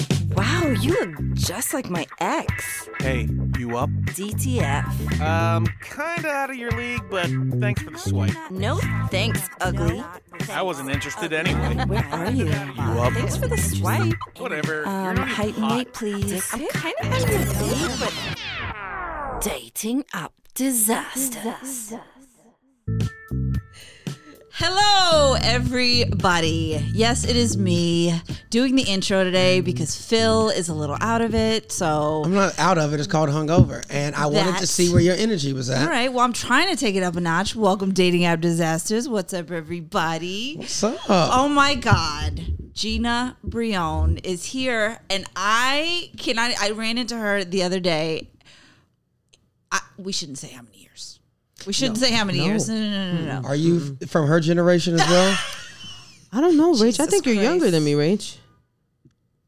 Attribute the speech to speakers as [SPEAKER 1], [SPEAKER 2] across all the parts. [SPEAKER 1] Ew, you look just like my ex.
[SPEAKER 2] Hey, you up?
[SPEAKER 1] DTF.
[SPEAKER 2] Um, kinda out of your league, but thanks for the swipe.
[SPEAKER 1] No thanks, ugly.
[SPEAKER 2] I wasn't interested anyway.
[SPEAKER 1] Where are you?
[SPEAKER 2] up?
[SPEAKER 1] Thanks for the swipe.
[SPEAKER 2] Whatever. You're
[SPEAKER 1] Um,
[SPEAKER 2] not even
[SPEAKER 1] height and
[SPEAKER 2] hot.
[SPEAKER 1] weight, please. I'm kind of on your league, but dating up disasters.
[SPEAKER 3] Hello, everybody. Yes, it is me doing the intro today because Phil is a little out of it. So,
[SPEAKER 4] I'm not out of it. It's called hungover, and I wanted to
[SPEAKER 3] That's-
[SPEAKER 4] see where your energy was at.
[SPEAKER 3] all right. Well, I'm trying to take it up a notch. Welcome, Dating App Disasters. What's up, everybody?
[SPEAKER 4] So,
[SPEAKER 3] Oh my God. Gina Brion is here. And I can I, I ran into her the other day. I, we shouldn't say how many years. We shouldn't say how many years. No, no, no, no, no. no.
[SPEAKER 4] are you f- from her generation as well?
[SPEAKER 5] I don't know, Rach. I
[SPEAKER 3] Jesus
[SPEAKER 5] think you're younger
[SPEAKER 3] Christ.
[SPEAKER 5] than me, Rach.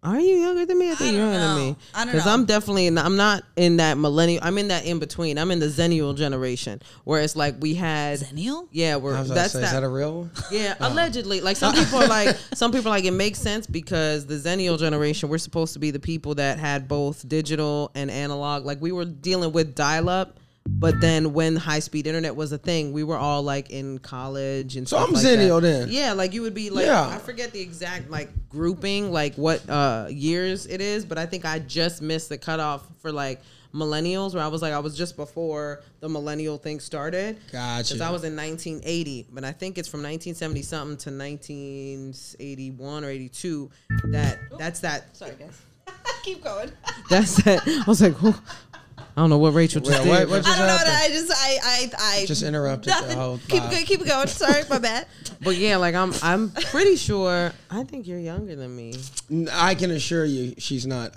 [SPEAKER 5] Are you younger than me? I think
[SPEAKER 3] I
[SPEAKER 5] you're
[SPEAKER 3] don't
[SPEAKER 5] younger than
[SPEAKER 3] know.
[SPEAKER 5] me.
[SPEAKER 3] I don't know.
[SPEAKER 5] I'm definitely in, I'm not in that millennial. I'm in that in between. I'm in the zennial generation where it's like we had.
[SPEAKER 4] Hmm.
[SPEAKER 3] Zennial?
[SPEAKER 5] Yeah,
[SPEAKER 4] I
[SPEAKER 5] we're
[SPEAKER 4] was about to
[SPEAKER 5] that's
[SPEAKER 4] say, is
[SPEAKER 5] that.
[SPEAKER 4] that a real one?
[SPEAKER 5] yeah, allegedly. Like some people are like some people are like it makes sense because the zennial generation we're supposed to be the people that had both digital and analog. Like we were dealing with dial up. But then, when high speed internet was a thing, we were all like in college and
[SPEAKER 4] So
[SPEAKER 5] stuff
[SPEAKER 4] I'm
[SPEAKER 5] like that.
[SPEAKER 4] Zennial then.
[SPEAKER 5] Yeah, like you would be like
[SPEAKER 4] Yeah.
[SPEAKER 5] I forget the exact like grouping, like what uh years it is, but I think I just missed the cutoff for like millennials where I was like I was just before the millennial thing started.
[SPEAKER 4] Gotcha.
[SPEAKER 5] Because I was in 1980, but I think it's from 1970 something to 1981 or 82 that that's that. Sorry guys.
[SPEAKER 3] Keep going.
[SPEAKER 5] That's that. I was like, who I don't know what Rachel
[SPEAKER 4] Well,
[SPEAKER 5] just did.
[SPEAKER 4] what, what
[SPEAKER 5] but-
[SPEAKER 3] I
[SPEAKER 4] just
[SPEAKER 3] don't know.
[SPEAKER 4] happened?
[SPEAKER 3] That I just I I I
[SPEAKER 4] Just interrupted the
[SPEAKER 3] nothing.
[SPEAKER 4] whole
[SPEAKER 3] keep
[SPEAKER 4] vibe.
[SPEAKER 3] going. Keep going. Sorry, my bad.
[SPEAKER 5] But yeah, like I'm I'm pretty sure I think you're younger than me.
[SPEAKER 4] N- I can assure you, she's not.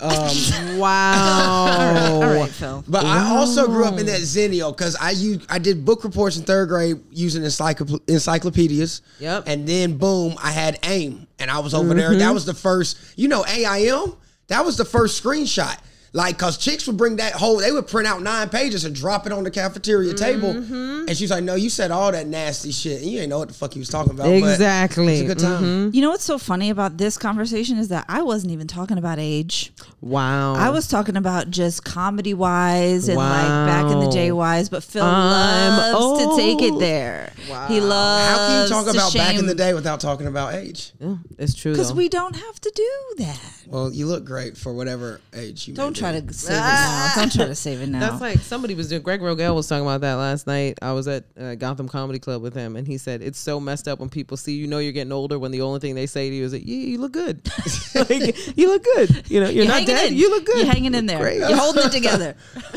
[SPEAKER 4] Um,
[SPEAKER 5] Wow.
[SPEAKER 3] All right, Phil.
[SPEAKER 4] but I also grew up in that Zennial because I used I did book reports in third grade using encyclop- encyclopedias.
[SPEAKER 5] Yep.
[SPEAKER 4] And then boom, I had AIM, and I was over there.
[SPEAKER 3] Mm-hmm.
[SPEAKER 4] That was the first, you know, AIM. That was the first screenshot. Like, cause chicks would bring that whole, they would print out nine pages and drop it on the cafeteria table.
[SPEAKER 3] Mm-hmm.
[SPEAKER 4] And she's like, "No, you said all that nasty shit, and you ain't know what the fuck you was talking about." but
[SPEAKER 5] Exactly.
[SPEAKER 4] It was a good time.
[SPEAKER 3] You know what's so funny about this conversation is that I wasn't even talking about age.
[SPEAKER 5] Wow.
[SPEAKER 3] I was talking about just comedy wise and like back in the day wise. But Phil
[SPEAKER 5] I'm
[SPEAKER 3] loves to take it
[SPEAKER 5] old.
[SPEAKER 3] there. He
[SPEAKER 4] How
[SPEAKER 3] loves.
[SPEAKER 4] can you talk
[SPEAKER 3] to
[SPEAKER 4] about back in
[SPEAKER 3] shame-
[SPEAKER 4] the day without talking about age?
[SPEAKER 5] Yeah, it's true.
[SPEAKER 3] Because
[SPEAKER 5] though.
[SPEAKER 3] we don't have to do that.
[SPEAKER 4] Well, you look great for whatever age you.
[SPEAKER 3] Don't
[SPEAKER 4] may
[SPEAKER 3] try
[SPEAKER 4] be.
[SPEAKER 3] to save it now. Don't try to save it now.
[SPEAKER 5] That's like somebody was doing. Greg Rogel was talking about that last night. I was at uh, Gotham Comedy Club with him, and he said it's so messed up when people see you know you're getting older when the only thing they say to you is that you, you look good. like you look good. You know you're, not
[SPEAKER 3] hanging
[SPEAKER 5] dead.
[SPEAKER 3] in.
[SPEAKER 5] You look good.
[SPEAKER 3] You're hanging in there. You're holding it together.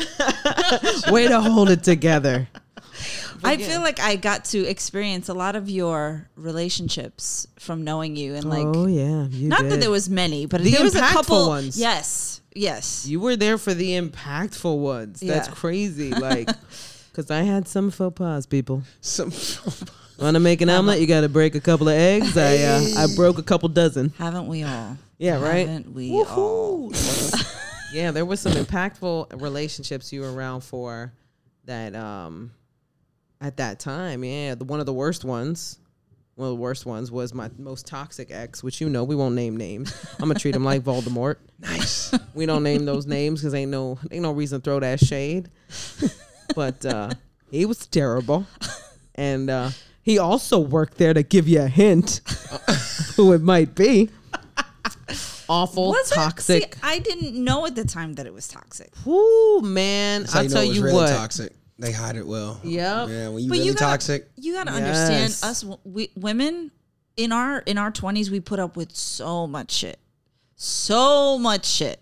[SPEAKER 5] Way to hold it together.
[SPEAKER 3] I feel like I got to experience a lot of your relationships from knowing you and like
[SPEAKER 5] oh yeah. You
[SPEAKER 3] not that
[SPEAKER 5] did.
[SPEAKER 3] there was many, but
[SPEAKER 5] The
[SPEAKER 3] there was a
[SPEAKER 5] impactful
[SPEAKER 3] couple
[SPEAKER 5] ones.
[SPEAKER 3] Yes. Yes.
[SPEAKER 5] You were there for the impactful ones. That's
[SPEAKER 3] Yeah.
[SPEAKER 5] crazy. Like, because I had some faux pas, people.
[SPEAKER 4] Some,
[SPEAKER 5] Want to make an omelet? You got to break a couple of eggs. I uh, I broke a couple dozen.
[SPEAKER 3] Haven't we all?
[SPEAKER 5] Yeah, right.
[SPEAKER 3] Haven't we all?
[SPEAKER 5] Woohoo. yeah, there were some impactful relationships you were around for that um at that time. Yeah, the, one of the worst ones. One of the worst ones was my most toxic ex, which you know we won't name names. I'm gonna treat him like Voldemort.
[SPEAKER 4] nice.
[SPEAKER 5] We don't name those names because ain't no ain't no reason to throw that shade. But uh, he was terrible, and uh, he also worked there to give you a hint who it might be. Awful,
[SPEAKER 3] Was it?
[SPEAKER 5] toxic.
[SPEAKER 3] See, I didn't know at the time that it was toxic.
[SPEAKER 5] Ooh, man,
[SPEAKER 4] That's how
[SPEAKER 5] I
[SPEAKER 4] you know
[SPEAKER 5] tell
[SPEAKER 4] it was
[SPEAKER 5] you
[SPEAKER 4] really
[SPEAKER 5] what.
[SPEAKER 4] toxic. They hide it well.
[SPEAKER 5] Yep.
[SPEAKER 4] Yeah, when you
[SPEAKER 3] But
[SPEAKER 4] really
[SPEAKER 3] you gotta,
[SPEAKER 4] toxic.
[SPEAKER 3] You got to
[SPEAKER 5] Yes.
[SPEAKER 3] understand us w- we, women in our in our 20s we put up with so much shit. So much shit.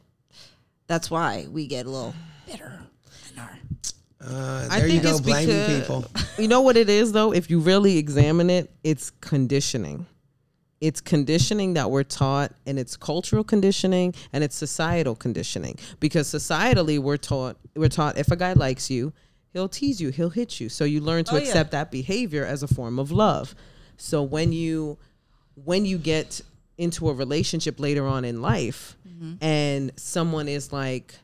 [SPEAKER 3] That's why we get a little bitter in our
[SPEAKER 4] Uh,
[SPEAKER 5] I
[SPEAKER 4] there you
[SPEAKER 5] think
[SPEAKER 4] go,
[SPEAKER 5] it's
[SPEAKER 4] blaming
[SPEAKER 5] because-
[SPEAKER 4] people.
[SPEAKER 5] You know what it is though? If you really examine it, it's conditioning. It's conditioning that we're taught, and it's cultural conditioning, and it's societal conditioning. Because societally, we're taught we're taught if a guy likes you, he'll tease you, he'll hit you. So you learn to
[SPEAKER 3] Oh, yeah.
[SPEAKER 5] accept that behavior as a form of love. So when you when you get into a relationship later on in life,
[SPEAKER 3] Mm-hmm.
[SPEAKER 5] and someone is like,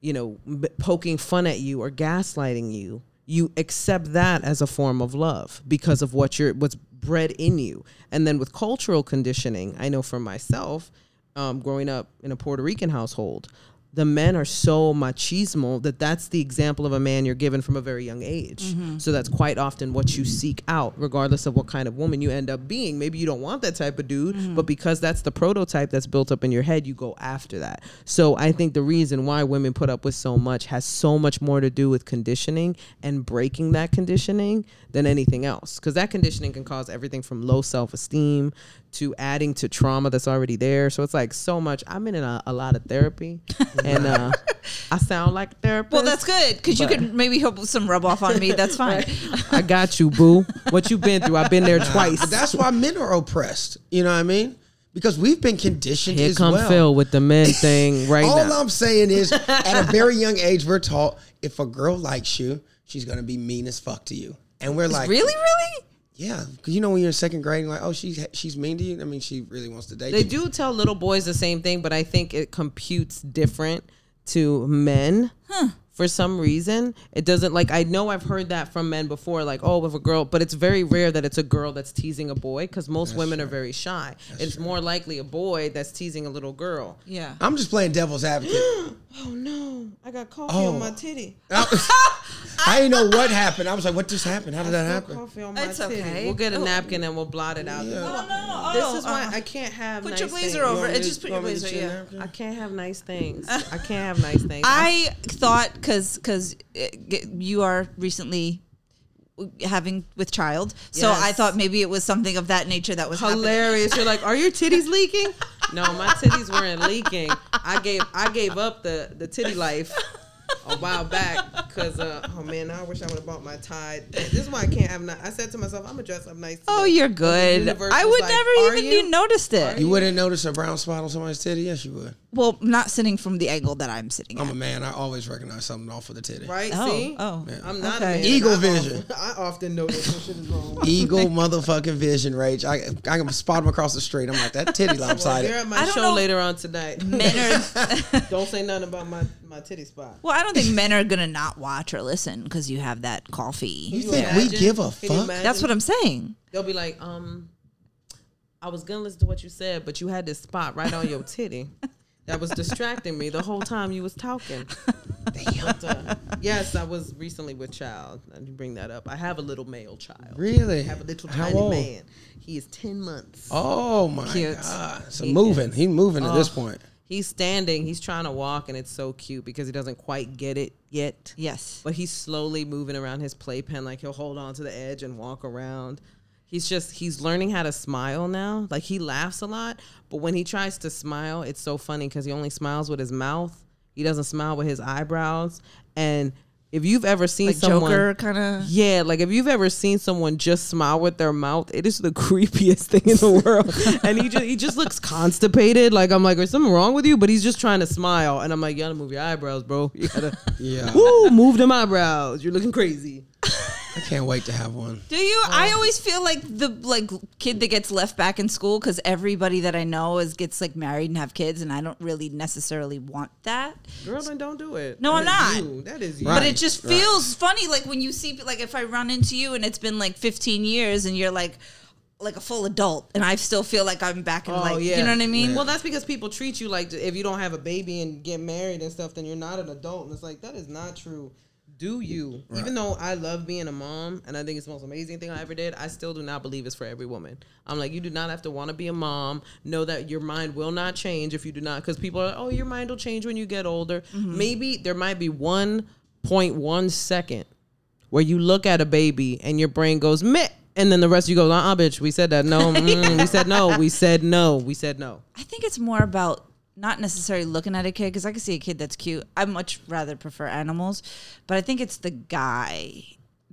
[SPEAKER 5] you know, b- poking fun at you or gaslighting you, you accept that as a form of love because of what you're what's bred in you. And then with cultural conditioning, I know for myself, um, growing up in a Puerto Rican household, the men are so machismo that that's the example of a man you're given from a very young age. So that's quite often what you seek out, regardless of what kind of woman you end up being. Maybe you don't want that type of dude,
[SPEAKER 3] Mm-hmm.
[SPEAKER 5] but because that's the prototype that's built up in your head, you go after that. So I think the reason why women put up with so much has so much more to do with conditioning and breaking that conditioning than anything else. Because that conditioning can cause everything from low self esteem to adding to trauma that's already there. So it's like so much. I've been in a, a lot of therapy and uh, I sound like a therapist.
[SPEAKER 3] Well, that's good because you could maybe help with some rub off on me. That's fine.
[SPEAKER 5] I got you, boo. What you been through? I've been there twice.
[SPEAKER 4] But that's why men are oppressed. You know what I mean? Because we've been conditioned
[SPEAKER 5] Here
[SPEAKER 4] as
[SPEAKER 5] come
[SPEAKER 4] well.
[SPEAKER 5] Phil with the men thing right
[SPEAKER 4] All
[SPEAKER 5] now.
[SPEAKER 4] I'm saying is, at a very young age, we're taught if a girl likes you, she's gonna be mean as fuck to you, and we're like,
[SPEAKER 3] really, really?
[SPEAKER 4] yeah, because you know when you're in second grade, you're like, oh, she's she's mean to you. I mean, she really wants to date.
[SPEAKER 5] they
[SPEAKER 4] you.
[SPEAKER 5] do tell little boys the same thing, but I think it computes different to men. For some reason, it doesn't like I know I've heard that from men before, like, oh, with a girl, but it's very rare that it's a girl that's teasing a boy because most women are very shy. it's more likely a boy that's teasing a little girl.
[SPEAKER 3] Yeah.
[SPEAKER 4] I'm just playing devil's advocate.
[SPEAKER 5] Oh no, I got coffee
[SPEAKER 4] Oh.
[SPEAKER 5] on my titty.
[SPEAKER 4] I didn't know what happened. I was like, what just happened? How did that happen?
[SPEAKER 5] Coffee on my
[SPEAKER 3] It's
[SPEAKER 5] titty.
[SPEAKER 3] okay.
[SPEAKER 5] We'll get a
[SPEAKER 3] Oh.
[SPEAKER 5] napkin and we'll blot it
[SPEAKER 3] Oh,
[SPEAKER 5] out.
[SPEAKER 3] no.
[SPEAKER 5] This
[SPEAKER 3] Oh,
[SPEAKER 5] is why
[SPEAKER 3] uh,
[SPEAKER 5] I can't have.
[SPEAKER 3] put
[SPEAKER 5] nice
[SPEAKER 3] your blazer
[SPEAKER 5] things.
[SPEAKER 3] over
[SPEAKER 4] want
[SPEAKER 3] it.
[SPEAKER 4] me to-
[SPEAKER 3] Just put
[SPEAKER 4] you
[SPEAKER 3] your
[SPEAKER 4] want me to
[SPEAKER 3] blazer.
[SPEAKER 4] chin
[SPEAKER 3] Yeah.
[SPEAKER 4] up?
[SPEAKER 5] I can't have nice things. I can't have nice things.
[SPEAKER 3] I thought because because you are recently having with child, so I
[SPEAKER 5] Yes.
[SPEAKER 3] thought maybe it was something of that nature that was happening.
[SPEAKER 5] hilarious. You're like, are your titties leaking? No, my titties weren't leaking. I gave I gave up the the titty life a while back because uh, oh man, now I wish I would have bought my Tide. This is why I can't have. Not, I said to myself, I'm gonna dress up nice.
[SPEAKER 3] Oh,
[SPEAKER 5] today."
[SPEAKER 3] you're
[SPEAKER 5] The
[SPEAKER 3] good.
[SPEAKER 5] universe
[SPEAKER 3] I
[SPEAKER 5] was
[SPEAKER 3] would
[SPEAKER 5] like, "Are
[SPEAKER 3] never even
[SPEAKER 5] you?"
[SPEAKER 3] you noticed it.
[SPEAKER 4] You wouldn't notice a brown spot on somebody's titty? Yes, you would.
[SPEAKER 3] Well, not sitting from the angle that I'm sitting
[SPEAKER 4] I'm
[SPEAKER 3] at.
[SPEAKER 4] a man. I always recognize something off of the titty.
[SPEAKER 5] Right?
[SPEAKER 3] Oh,
[SPEAKER 5] See?
[SPEAKER 3] oh,
[SPEAKER 5] I'm not
[SPEAKER 3] okay.
[SPEAKER 5] a man.
[SPEAKER 4] Eagle
[SPEAKER 5] I
[SPEAKER 4] vision.
[SPEAKER 5] Often, I often notice when shit is wrong.
[SPEAKER 4] Eagle motherfucking vision rage. I I can spot him across the street. I'm like that titty
[SPEAKER 5] You're
[SPEAKER 4] lopsided.
[SPEAKER 5] at my
[SPEAKER 3] I don't
[SPEAKER 5] show
[SPEAKER 3] know-
[SPEAKER 5] later on tonight.
[SPEAKER 3] Men are,
[SPEAKER 5] don't say nothing about my my titty spot.
[SPEAKER 3] well, I don't think men are gonna not watch or listen because you have that coffee.
[SPEAKER 4] You think we
[SPEAKER 5] Imagine-
[SPEAKER 4] give a
[SPEAKER 5] can you
[SPEAKER 4] fuck?
[SPEAKER 5] imagine?
[SPEAKER 3] That's what I'm saying.
[SPEAKER 5] They'll be like, um, I was gonna listen to what you said, but you had this spot right on your titty that was distracting me the whole time you was talking. But, uh, yes, I was recently with child. Now You bring that up. I have a little male child.
[SPEAKER 4] Really?
[SPEAKER 5] I have a little
[SPEAKER 4] How
[SPEAKER 5] tiny
[SPEAKER 4] old?
[SPEAKER 5] man. He is ten months.
[SPEAKER 4] Oh my
[SPEAKER 5] Cute. Oh.
[SPEAKER 4] god! So moving, he's moving at this point.
[SPEAKER 5] He's standing. He's trying to walk, and it's so cute because he doesn't quite get it yet.
[SPEAKER 3] Yes.
[SPEAKER 5] but he's slowly moving around his playpen like he'll hold on to the edge and walk around he's just he's learning how to smile now like he laughs a lot but when he tries to smile it's so funny because he only smiles with his mouth he doesn't smile with his eyebrows and if you've ever seen
[SPEAKER 3] Like
[SPEAKER 5] someone
[SPEAKER 3] Joker kind of.
[SPEAKER 5] yeah, like if you've ever seen someone just smile with their mouth, it is the creepiest thing in the world. and he just he just looks constipated. Like I'm like, is something wrong with you? But he's just trying to smile, and I'm like, you gotta move your eyebrows, bro. You gotta,
[SPEAKER 4] Yeah.
[SPEAKER 5] woo, move them eyebrows. You're looking crazy.
[SPEAKER 4] I can't wait to have one.
[SPEAKER 3] Do you? I always feel like the like kid that gets left back in school because everybody that I know is gets like married and have kids, and I don't really necessarily want that.
[SPEAKER 5] Girl, then don't do it.
[SPEAKER 3] No,
[SPEAKER 5] That
[SPEAKER 3] I'm
[SPEAKER 5] is
[SPEAKER 3] not.
[SPEAKER 5] you. That is you.
[SPEAKER 4] Right.
[SPEAKER 3] But it just feels funny, like when you see, like if I run into you and it's been like 15 years, and you're like, like a full adult, and I still feel like I'm back in,
[SPEAKER 5] Oh,
[SPEAKER 3] like, you know what I mean?
[SPEAKER 5] Well, that's because people treat you like if you don't have a baby and get married and stuff, then you're not an adult. And it's like that is not true. Do you? Even though I love being a mom and I think it's the most amazing thing I ever did, I still do not believe it's for every woman. I'm like, you do not have to want to be a mom. Know that your mind will not change if you do not, because people are like, oh, your mind will change when you get older. Maybe there might be 1.1 second where you look at a baby and your brain goes meh and then the rest of you go uh-uh bitch we said that no mm, we said no we said no we said no
[SPEAKER 3] I think it's more about not necessarily looking at a kid because I can see a kid that's cute. I much rather prefer animals, but I think it's the guy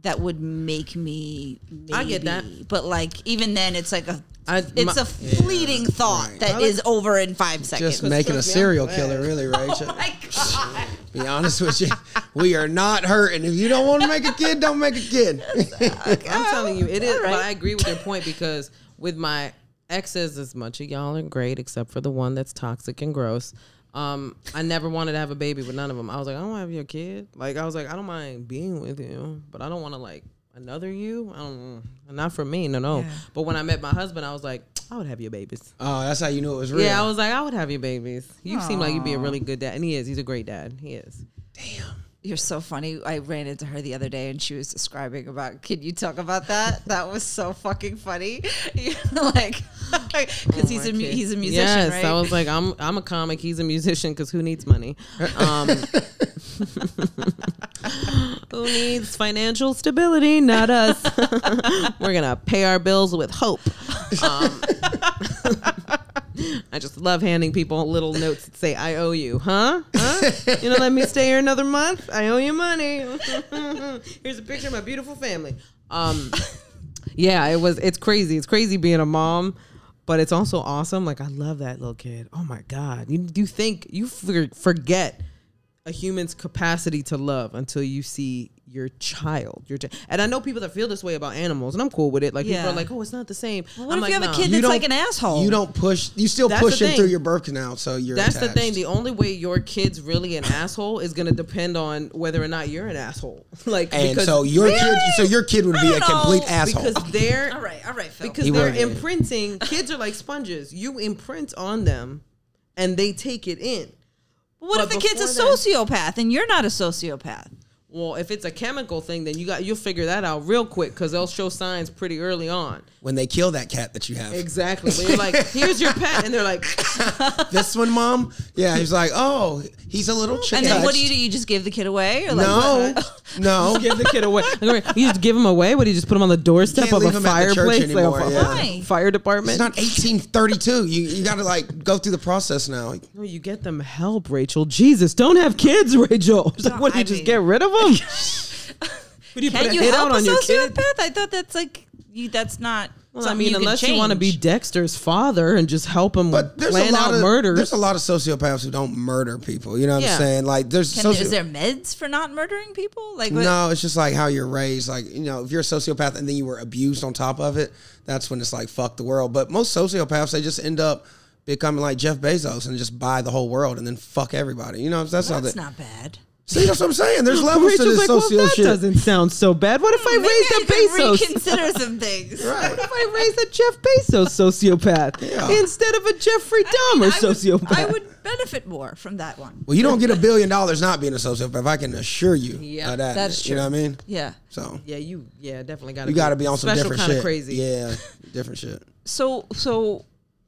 [SPEAKER 3] that would make me. Maybe.
[SPEAKER 5] I get that.
[SPEAKER 3] but like even then, it's like a.
[SPEAKER 5] I-
[SPEAKER 3] it's
[SPEAKER 5] my-
[SPEAKER 3] a fleeting thought that is over in five seconds.
[SPEAKER 4] Just making a
[SPEAKER 5] trust me, I'm
[SPEAKER 4] serial
[SPEAKER 5] glad.
[SPEAKER 4] killer, really, Rachel.
[SPEAKER 3] my God.
[SPEAKER 4] Be honest with you, we are not hurting. If you don't want to make a kid, don't make a kid.
[SPEAKER 5] i'm telling you it is
[SPEAKER 3] all right.
[SPEAKER 5] but i agree with your point because with my exes as much of y'all are great except for the one that's toxic and gross um, I never wanted to have a baby with none of them. I was like, I don't want to have your kid. Like, I was like, I don't mind being with you, but I don't want to like, another you? I don't know. Not for me, no, no. But when I met my husband, I was like, I would have your babies.
[SPEAKER 4] Oh, that's how you knew it was real.
[SPEAKER 5] Yeah, I was like, I would have your babies. You seem like you'd be a really good dad. And he is. He's a great dad. He is.
[SPEAKER 3] You're so funny. I ran into her the other day and she was describing about, can you talk about that? that was so fucking funny. like, because he's, a mu- he's a musician,
[SPEAKER 5] yes,
[SPEAKER 3] right?
[SPEAKER 5] I was like, I'm I'm a comic. He's a musician because who needs money? Um, who needs financial stability? Not us. We're gonna pay our bills with hope. Um, I just love handing people little notes that say, "I owe you," huh? Huh? You know, let me stay here another month. I owe you money. Here's a picture of my beautiful family. Um, yeah, it was. It's crazy. It's crazy being a mom, but it's also awesome. Like I love that little kid. Oh my god, you you think you for, forget a human's capacity to love until you see your child. Your chi- and I know people that feel this way about animals, and I'm cool with it. Like
[SPEAKER 3] Yeah.
[SPEAKER 5] people are like, oh, it's not the same.
[SPEAKER 3] Well, what
[SPEAKER 5] I'm
[SPEAKER 3] if
[SPEAKER 5] like,
[SPEAKER 3] you have
[SPEAKER 5] "Nah."
[SPEAKER 3] a kid
[SPEAKER 4] You
[SPEAKER 3] that's like
[SPEAKER 4] don't-
[SPEAKER 3] an asshole?
[SPEAKER 4] You don't push. You still
[SPEAKER 5] That's the
[SPEAKER 4] pushing
[SPEAKER 5] thing.
[SPEAKER 4] through your birth canal, so you're.
[SPEAKER 5] That's the
[SPEAKER 4] attached.
[SPEAKER 5] thing. The only way your kid's really an asshole is going to depend on whether or not you're an asshole. Like
[SPEAKER 4] and
[SPEAKER 5] because
[SPEAKER 4] so your kid, so your kid would be
[SPEAKER 3] I don't
[SPEAKER 4] a
[SPEAKER 3] know.
[SPEAKER 4] complete asshole.
[SPEAKER 5] because they're
[SPEAKER 3] All right, all right, Phil.
[SPEAKER 5] because
[SPEAKER 4] He
[SPEAKER 5] they're
[SPEAKER 4] won't.
[SPEAKER 5] imprinting. Kids are like sponges. You imprint on them, and they take it in.
[SPEAKER 3] what if
[SPEAKER 5] but
[SPEAKER 3] the kid's a
[SPEAKER 5] before
[SPEAKER 3] sociopath and you're not a sociopath?
[SPEAKER 5] Well, if it's a chemical thing, then you got you'll figure that out real quick because they'll show signs pretty early on.
[SPEAKER 4] when they kill that cat that you have,
[SPEAKER 5] Exactly. When you're like, "Here's your pet," and they're like,
[SPEAKER 4] this one, mom. Yeah, he's like, oh, he's a little chicken.
[SPEAKER 3] And then what do you do? You just give the kid away? Or like,
[SPEAKER 4] No, no.
[SPEAKER 5] "Give the kid away." Like, wait, you just give him away? What? do You just put him on the doorstep
[SPEAKER 4] Can't
[SPEAKER 5] of a
[SPEAKER 4] leave him at the church
[SPEAKER 5] fireplace, like a
[SPEAKER 4] anymore,
[SPEAKER 5] fi-
[SPEAKER 4] yeah.
[SPEAKER 3] Why?
[SPEAKER 5] fire department?
[SPEAKER 4] It's not 1832. You you got to like go through the process now.
[SPEAKER 5] No, you get them help, Rachel. Jesus, don't have kids, Rachel. It's like,
[SPEAKER 3] No,
[SPEAKER 5] what do you
[SPEAKER 3] I
[SPEAKER 5] just
[SPEAKER 3] mean-
[SPEAKER 5] get rid of them? what do you
[SPEAKER 3] Can
[SPEAKER 5] a
[SPEAKER 3] you
[SPEAKER 5] hit
[SPEAKER 3] help a
[SPEAKER 5] out on your kid?
[SPEAKER 3] sociopath? I thought that's like you. That's not.
[SPEAKER 5] Well, I
[SPEAKER 3] something
[SPEAKER 5] mean,
[SPEAKER 3] you can
[SPEAKER 5] unless you want to be
[SPEAKER 3] change.
[SPEAKER 5] Dexter's father and just help him
[SPEAKER 4] But there's
[SPEAKER 5] plan
[SPEAKER 4] a lot
[SPEAKER 5] out
[SPEAKER 4] of
[SPEAKER 5] murders.
[SPEAKER 4] there's a lot of sociopaths who don't murder people. You know what
[SPEAKER 5] Yeah.
[SPEAKER 4] I'm saying? Like there's
[SPEAKER 3] Can
[SPEAKER 4] soci-
[SPEAKER 3] there- is there meds for not murdering people? Like what,
[SPEAKER 4] no, it's just like how you're raised. Like you know, if you're a sociopath and then you were abused on top of it, that's when it's like fuck the world. But most sociopaths, they just end up becoming like Jeff Bezos and just buy the whole world and then fuck everybody. You know, that's, how
[SPEAKER 3] that's
[SPEAKER 4] they.
[SPEAKER 3] not bad.
[SPEAKER 4] See, that's what I'm saying. There's levels
[SPEAKER 5] Rachel's
[SPEAKER 4] to this
[SPEAKER 5] like,
[SPEAKER 4] socio
[SPEAKER 5] well, that
[SPEAKER 4] shit.
[SPEAKER 5] doesn't sound so bad. What if
[SPEAKER 3] Hmm, Maybe I
[SPEAKER 5] I
[SPEAKER 3] could
[SPEAKER 5] raised a Bezos?
[SPEAKER 3] reconsider some things.
[SPEAKER 5] What if I raised a Jeff Bezos sociopath
[SPEAKER 4] Yeah.
[SPEAKER 5] instead of a Jeffrey
[SPEAKER 3] I
[SPEAKER 5] Dahmer
[SPEAKER 3] would-
[SPEAKER 5] sociopath?
[SPEAKER 3] I would benefit more from that one.
[SPEAKER 4] Well, you don't get a billion dollars not being a sociopath. I can assure you
[SPEAKER 5] Yeah,
[SPEAKER 4] of that.
[SPEAKER 3] that's
[SPEAKER 4] You know what I mean?
[SPEAKER 3] Yeah.
[SPEAKER 4] So
[SPEAKER 5] Yeah, you. Yeah, definitely got.
[SPEAKER 4] you got to be on some
[SPEAKER 5] special
[SPEAKER 4] different
[SPEAKER 5] kind
[SPEAKER 4] shit.
[SPEAKER 5] of crazy.
[SPEAKER 4] Yeah, different shit.
[SPEAKER 3] So so,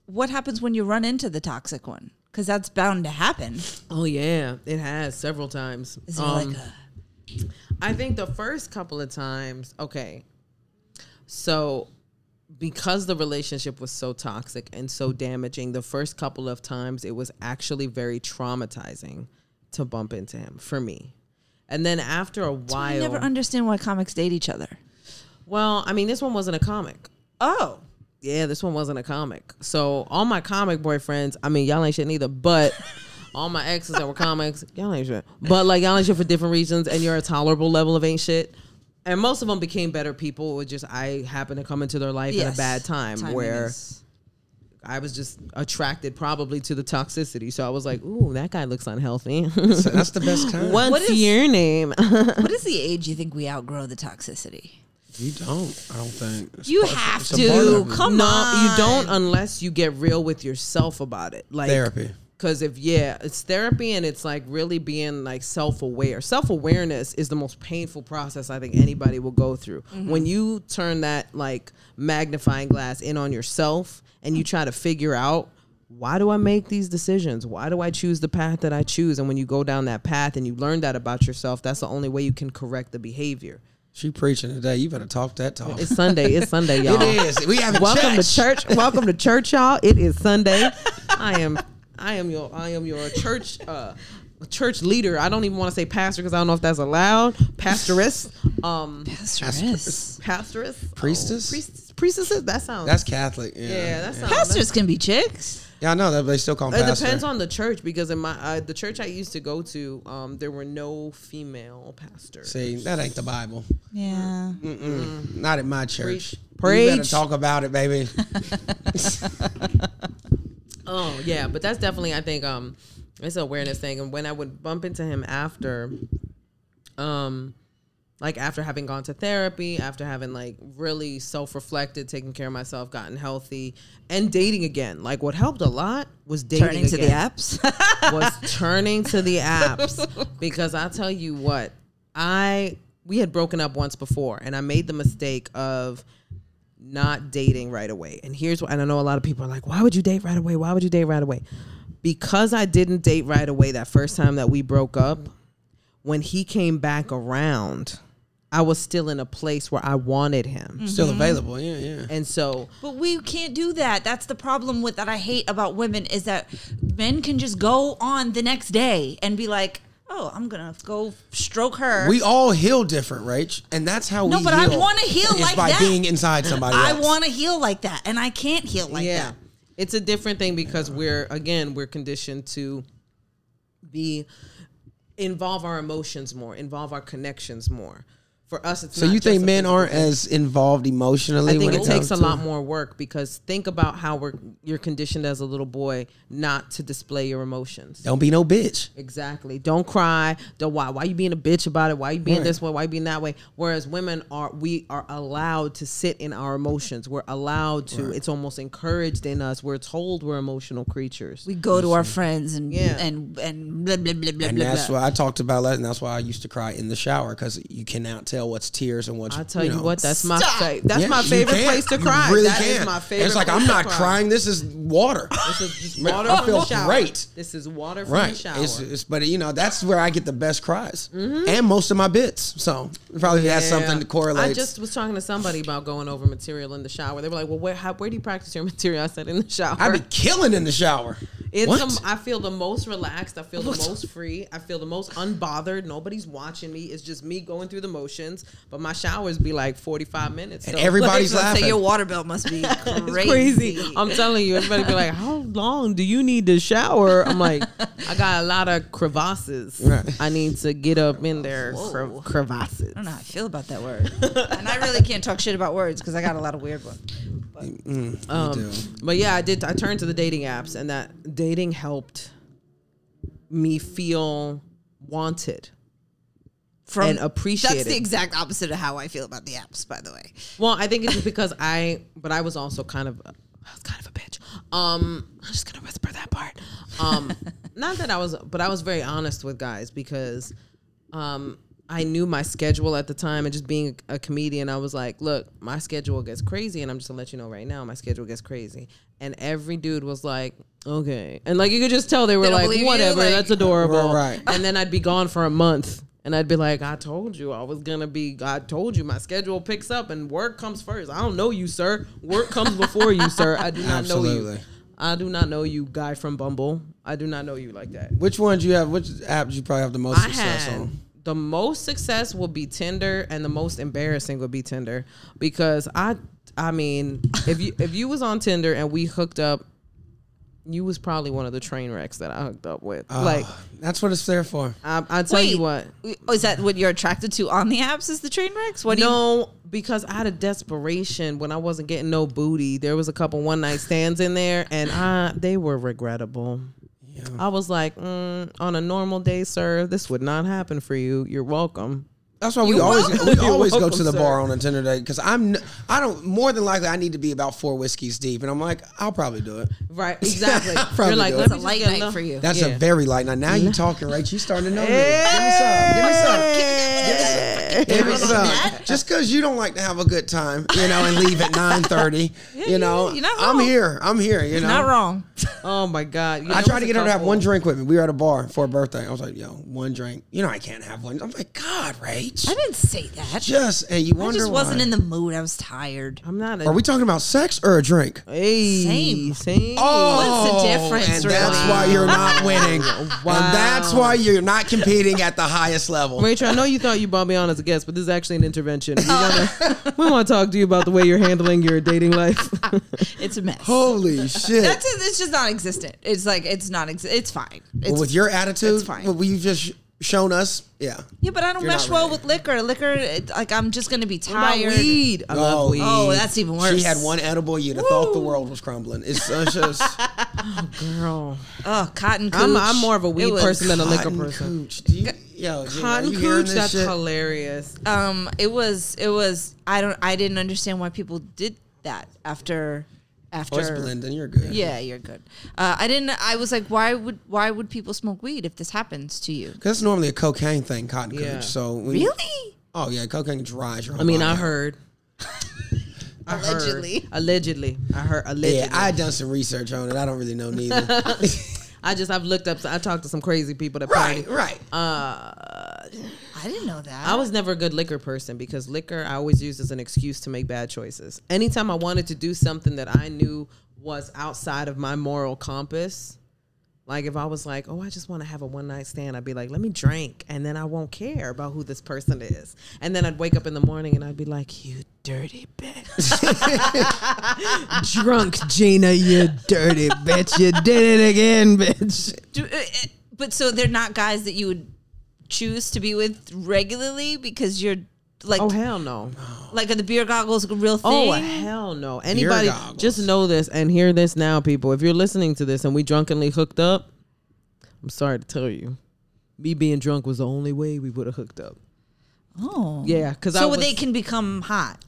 [SPEAKER 3] what happens when you run into the toxic one? Because that's bound to happen.
[SPEAKER 5] Oh yeah, it has several times.
[SPEAKER 3] Is it
[SPEAKER 5] Um,
[SPEAKER 3] like a
[SPEAKER 5] I think the first couple of times, okay. So because the relationship was so toxic and so damaging, the first couple of times it was actually very traumatizing to bump into him for me. And then after a
[SPEAKER 3] I
[SPEAKER 5] while,
[SPEAKER 3] never understand why comics date each other.
[SPEAKER 5] well, I mean, this one wasn't a comic.
[SPEAKER 3] Oh,
[SPEAKER 5] Yeah, this one wasn't a comic. So all my comic boyfriends, I mean, y'all ain't shit neither, but all my exes that were comics, y'all ain't shit. But like y'all ain't shit for different reasons and you're a tolerable level of ain't shit. And most of them became better people. It was just I happened to come into their life at a bad time
[SPEAKER 3] Timing
[SPEAKER 5] where
[SPEAKER 3] is-
[SPEAKER 5] I was just attracted probably to the toxicity. So I was like, ooh, that guy looks unhealthy.
[SPEAKER 4] So that's the best kind.
[SPEAKER 5] What's
[SPEAKER 3] is-
[SPEAKER 5] your name?
[SPEAKER 3] what is the age you think we outgrow the toxicity?
[SPEAKER 4] You don't. I don't think. It's
[SPEAKER 3] You
[SPEAKER 4] part of-
[SPEAKER 3] have
[SPEAKER 4] it's a part
[SPEAKER 3] to.
[SPEAKER 4] of it.
[SPEAKER 3] Come
[SPEAKER 5] no,
[SPEAKER 3] on.
[SPEAKER 5] you don't unless you get real with yourself about it. Like
[SPEAKER 4] Therapy.
[SPEAKER 5] Cause if yeah, it's therapy and it's like really being like self aware. Self awareness is the most painful process I think anybody will go through.
[SPEAKER 4] Mm-hmm.
[SPEAKER 5] When you turn that like magnifying glass in on yourself and you try to figure out why do I make these decisions? Why do I choose the path that I choose? And when you go down that path and you learn that about yourself, that's the only way you can correct the behavior.
[SPEAKER 4] She preaching today. You better talk that talk.
[SPEAKER 5] It's Sunday. It's Sunday, y'all.
[SPEAKER 4] It is. We have
[SPEAKER 5] Welcome
[SPEAKER 4] church.
[SPEAKER 5] to church. Welcome to church, y'all. It is Sunday. I am I am your I am your church uh church leader. I don't even want to say pastor because I don't know if that's allowed. Pastoress. Um
[SPEAKER 3] Pastors.
[SPEAKER 5] pastoress.
[SPEAKER 4] Priestess?
[SPEAKER 5] Oh, priestess priestesses? That sounds
[SPEAKER 4] That's Catholic. Yeah,
[SPEAKER 5] yeah, that sounds
[SPEAKER 3] Pastors can be chicks.
[SPEAKER 4] yeah. I know that, but they still call him
[SPEAKER 5] it
[SPEAKER 4] pastor.
[SPEAKER 5] depends on the church because in my uh, the church I used to go to, um, there were no female pastors.
[SPEAKER 4] See, that ain't the Bible.
[SPEAKER 3] Yeah.
[SPEAKER 4] Not at my church.
[SPEAKER 5] Preach.
[SPEAKER 4] You better talk about it, baby.
[SPEAKER 5] Oh yeah, but that's definitely I think um it's an awareness thing. And when I would bump into him after, um, Like after having gone to therapy, after having like really self reflected, taking care of myself, gotten healthy, and dating again. Like what helped a lot was dating
[SPEAKER 3] Turning to the
[SPEAKER 5] again
[SPEAKER 3] apps.
[SPEAKER 5] was turning to the apps because I tell you what, I we had broken up once before and I made the mistake of not dating right away. And here's what and I know a lot of people are like, why would you date right away? Why would you date right away? Because I didn't date right away that first time that we broke up, when he came back around, I was still in a place where I wanted him.
[SPEAKER 4] Still available. Yeah, yeah.
[SPEAKER 5] And so
[SPEAKER 3] But we can't do that. That's the problem with that I hate about women is that men can just go on the next day and be like, "Oh, I'm gonna go stroke her."
[SPEAKER 5] Mm-hmm.
[SPEAKER 4] We all heal different, Rach, and that's how
[SPEAKER 3] No,
[SPEAKER 4] we.
[SPEAKER 3] but I
[SPEAKER 4] heal,
[SPEAKER 3] wanna heal
[SPEAKER 4] is
[SPEAKER 3] like
[SPEAKER 4] by
[SPEAKER 3] that.
[SPEAKER 4] being inside somebody.
[SPEAKER 3] I
[SPEAKER 4] else.
[SPEAKER 3] want to heal like that, and I can't heal like
[SPEAKER 5] yeah.
[SPEAKER 3] that.
[SPEAKER 5] It's a different thing because we're again we're conditioned to be involve our emotions more, involve our connections more. For us, it's
[SPEAKER 4] So
[SPEAKER 5] not
[SPEAKER 4] you
[SPEAKER 5] just
[SPEAKER 4] think
[SPEAKER 5] a
[SPEAKER 4] men
[SPEAKER 5] physical
[SPEAKER 4] aren't
[SPEAKER 5] thing.
[SPEAKER 4] as involved emotionally?
[SPEAKER 5] I think
[SPEAKER 4] when comes
[SPEAKER 5] it takes a
[SPEAKER 4] to-
[SPEAKER 5] lot more work because think about how we're you're conditioned as a little boy not to display your emotions.
[SPEAKER 4] Don't be no bitch.
[SPEAKER 5] Exactly. Don't cry. Don't why. Why you being a bitch about it? Why you being this way? Why you being that way? Whereas women are, we are allowed to sit in our emotions. We're allowed to. It's almost encouraged in us. We're told we're emotional creatures.
[SPEAKER 3] We go to our friends and
[SPEAKER 5] Yeah.
[SPEAKER 3] and and blah blah blah blah
[SPEAKER 4] And
[SPEAKER 3] blah.
[SPEAKER 4] that's
[SPEAKER 3] blah.
[SPEAKER 4] what I talked about last, and that's why I used to cry in the shower because you cannot tell what's tears and what's.
[SPEAKER 5] I tell you,
[SPEAKER 4] know.
[SPEAKER 5] what, that's my
[SPEAKER 3] Stop.
[SPEAKER 5] fa- that's
[SPEAKER 4] Yeah,
[SPEAKER 5] my
[SPEAKER 4] you
[SPEAKER 5] favorite
[SPEAKER 4] can't.
[SPEAKER 5] place to
[SPEAKER 4] You
[SPEAKER 5] cry.
[SPEAKER 4] really
[SPEAKER 5] That is
[SPEAKER 4] can.
[SPEAKER 5] my favorite.
[SPEAKER 4] It's like
[SPEAKER 5] place
[SPEAKER 4] I'm
[SPEAKER 5] to
[SPEAKER 4] not
[SPEAKER 5] cry.
[SPEAKER 4] crying. This is water.
[SPEAKER 5] This is just
[SPEAKER 4] Man,
[SPEAKER 5] water
[SPEAKER 4] I
[SPEAKER 5] from the
[SPEAKER 4] feel
[SPEAKER 5] shower.
[SPEAKER 4] great.
[SPEAKER 5] This is water from
[SPEAKER 4] Right.
[SPEAKER 5] the shower. Mm-hmm.
[SPEAKER 4] It's, it's but you know that's where I get the best cries and most of my bits. So it probably that's something that correlates.
[SPEAKER 5] I just was talking to somebody about going over material in the shower. They were like, "Well, where how, where do you practice your material?" I said, "In the shower."
[SPEAKER 4] I be killing in the shower.
[SPEAKER 5] It's
[SPEAKER 4] what?
[SPEAKER 5] the- I feel the most relaxed. I feel the most free. I feel the most unbothered. Nobody's watching me. It's just me going through the motions. But my showers be like forty five minutes.
[SPEAKER 4] and
[SPEAKER 5] so-
[SPEAKER 4] everybody's
[SPEAKER 3] So
[SPEAKER 4] laughing.
[SPEAKER 3] your water bill must be crazy.
[SPEAKER 5] I'm telling you, everybody be like, "How long do you need to shower?" I'm like, I got a lot of crevasses.
[SPEAKER 4] Right.
[SPEAKER 5] I need to get up in there. Cre- crevasses.
[SPEAKER 3] I don't know how I feel about that word, and I really can't talk shit about words because I got a lot of weird ones.
[SPEAKER 5] Um, but yeah, I did. I turned to the dating apps, and that dating helped me feel wanted.
[SPEAKER 3] From
[SPEAKER 5] And appreciate
[SPEAKER 3] That's
[SPEAKER 5] it.
[SPEAKER 3] the exact opposite of how I feel about the apps, by the way.
[SPEAKER 5] Well, I think it's just because I, but I was also kind of, I was kind of a bitch. Um, I'm just gonna whisper that part. Um, not that I was, but I was very honest with guys because, um, I knew my schedule at the time, and just being a comedian, I was like, look, my schedule gets crazy, and I'm just gonna let you know right now, my schedule gets crazy. And every dude was like, okay, and like you could just tell they were
[SPEAKER 3] don't
[SPEAKER 5] like,
[SPEAKER 3] believe you,
[SPEAKER 5] whatever,
[SPEAKER 3] like-
[SPEAKER 5] that's adorable,
[SPEAKER 4] Right.
[SPEAKER 5] and then I'd be gone for a month. And I'd be like, I told you I was gonna be. I told you my schedule picks up and work comes first. I don't know you, sir. Work comes before you, sir. I do not know you.
[SPEAKER 4] Absolutely.
[SPEAKER 5] I do not know you, guy from Bumble. I do not know you like that.
[SPEAKER 4] which one do you have? Which app do you probably have the most
[SPEAKER 5] I
[SPEAKER 4] success
[SPEAKER 5] had
[SPEAKER 4] on?
[SPEAKER 5] the most success would be Tinder, and the most embarrassing would be Tinder because I, I mean, if you if you was on Tinder and we hooked up, you was probably one of the train wrecks that I hooked up with. like
[SPEAKER 4] Ah, That's what it's there for.
[SPEAKER 5] I, I tell you what,
[SPEAKER 3] Oh, is that what you're attracted to on the apps? Is the train wrecks? What do you?
[SPEAKER 5] no, because out of desperation, when I wasn't getting no booty, there was a couple one night stands in there, and I they were regrettable. I was like, mm, on a normal day, sir, this would not happen for you. You're welcome.
[SPEAKER 4] That's why we always we
[SPEAKER 5] You're
[SPEAKER 4] always go
[SPEAKER 5] welcome,
[SPEAKER 4] to the
[SPEAKER 5] sir.
[SPEAKER 4] bar on a Tinder date because I'm n- I don't more than likely I need to be about four whiskeys deep, and I'm like I'll probably do it.
[SPEAKER 5] Right? Exactly.
[SPEAKER 4] Probably
[SPEAKER 5] You're like,
[SPEAKER 4] do. That's
[SPEAKER 5] let
[SPEAKER 3] a
[SPEAKER 5] me just
[SPEAKER 3] light
[SPEAKER 5] get
[SPEAKER 3] night
[SPEAKER 5] enough-
[SPEAKER 3] for you.
[SPEAKER 4] That's
[SPEAKER 5] Yeah.
[SPEAKER 4] a very light night. Now you talking, right? You starting to know me. Give me some. Give me some. Give me some. Just because you don't like to have a good time, you know, and leave at nine thirty, you know,
[SPEAKER 3] you're not
[SPEAKER 4] I'm
[SPEAKER 3] wrong.
[SPEAKER 4] here. I'm here. You know,
[SPEAKER 3] Not wrong.
[SPEAKER 5] Oh my god! You know,
[SPEAKER 4] I
[SPEAKER 5] it
[SPEAKER 4] tried
[SPEAKER 5] was
[SPEAKER 4] to
[SPEAKER 5] a
[SPEAKER 4] get her to have
[SPEAKER 5] couple-
[SPEAKER 4] one drink with me. We were at a bar for a birthday. I was like, yo, one drink. You know, I can't have one. I'm like, God, Rach.
[SPEAKER 3] I didn't say that.
[SPEAKER 4] Just and you
[SPEAKER 3] I
[SPEAKER 4] wonder
[SPEAKER 3] just wasn't
[SPEAKER 4] why.
[SPEAKER 3] in the mood. I was tired.
[SPEAKER 5] I'm not. A,
[SPEAKER 4] Are we talking about sex or a drink?
[SPEAKER 5] Hey,
[SPEAKER 3] Same.
[SPEAKER 5] same.
[SPEAKER 4] Oh!
[SPEAKER 3] What's the difference,
[SPEAKER 4] And that's
[SPEAKER 3] really?
[SPEAKER 4] why you're not winning. And that's why you're not competing at the highest level.
[SPEAKER 5] Rachel, I know you thought you brought me on as a guest, but this is actually an intervention. We want to we want to talk to you about the way you're handling your dating life.
[SPEAKER 3] It's a mess.
[SPEAKER 5] Oh,
[SPEAKER 4] Holy shit.
[SPEAKER 3] That's it. It's just non-existent. It's like it's not. Ex- it's fine. It's,
[SPEAKER 4] Well, with your attitude,
[SPEAKER 3] it's fine.
[SPEAKER 4] what you've just sh- shown us, yeah.
[SPEAKER 3] yeah, but I don't
[SPEAKER 4] you're
[SPEAKER 3] mesh
[SPEAKER 4] not
[SPEAKER 3] well
[SPEAKER 4] ready.
[SPEAKER 3] with liquor. Liquor, it, like I'm just gonna be
[SPEAKER 5] About
[SPEAKER 3] tired.
[SPEAKER 5] weed. I
[SPEAKER 4] Oh.
[SPEAKER 5] love weed.
[SPEAKER 3] Oh, that's even worse.
[SPEAKER 4] She had one edible. You'd have thought the world was crumbling. It's uh, just
[SPEAKER 5] Girl.
[SPEAKER 3] Oh, cotton. Cooch.
[SPEAKER 5] I'm, I'm more of a
[SPEAKER 3] It
[SPEAKER 5] weed
[SPEAKER 3] was-
[SPEAKER 5] person than a liquor
[SPEAKER 4] cotton
[SPEAKER 5] person.
[SPEAKER 4] cooch. Do you- Yo, Gina, you hearing
[SPEAKER 5] Concooch,
[SPEAKER 4] this
[SPEAKER 5] that's
[SPEAKER 4] shit?
[SPEAKER 5] hilarious.
[SPEAKER 3] Um, it was it was I don't I didn't understand why people did that after
[SPEAKER 4] Oh, it's
[SPEAKER 3] after
[SPEAKER 4] Blendon. You're good.
[SPEAKER 3] Yeah, you're good. Uh, I didn't. I was like, why would why would people smoke weed if this happens to you?
[SPEAKER 4] Cause it's normally a cocaine thing, cotton
[SPEAKER 5] Yeah.
[SPEAKER 4] cooch. So when you-
[SPEAKER 3] Really?
[SPEAKER 4] oh yeah, cocaine dries your.
[SPEAKER 5] I mean,
[SPEAKER 4] whole
[SPEAKER 5] I
[SPEAKER 4] body.
[SPEAKER 5] heard. I heard.
[SPEAKER 3] Allegedly.
[SPEAKER 5] Allegedly. I heard
[SPEAKER 4] Yeah,
[SPEAKER 5] allegedly.
[SPEAKER 4] I done some research on it. I don't really know neither.
[SPEAKER 5] I, just I've looked up I talked to some crazy people that
[SPEAKER 4] right,
[SPEAKER 5] party.
[SPEAKER 4] right.
[SPEAKER 3] I didn't know that.
[SPEAKER 5] I was never a good liquor person because liquor I always used as an excuse to make bad choices. Anytime I wanted to do something that I knew was outside of my moral compass, like if I was like, oh, I just want to have a one night stand, I'd be like, let me drink. And then I won't care about who this person is. And then I'd wake up in the morning and I'd be like, you dirty bitch. Drunk Gina, you dirty bitch. You did it again, bitch.
[SPEAKER 3] Do- uh, uh, but so they're not guys that you would choose to be with regularly because you're like
[SPEAKER 5] Oh, hell no.
[SPEAKER 3] like are the beer goggles a real thing?
[SPEAKER 5] Oh hell no! Anybody,
[SPEAKER 4] goggles.
[SPEAKER 5] just know this and hear this now, people. If you're listening to this and we drunkenly hooked up, I'm sorry to tell you, me being drunk was the only way we would have hooked up.
[SPEAKER 3] Oh.
[SPEAKER 5] Yeah, because I
[SPEAKER 3] So
[SPEAKER 5] was,
[SPEAKER 3] they can become hot.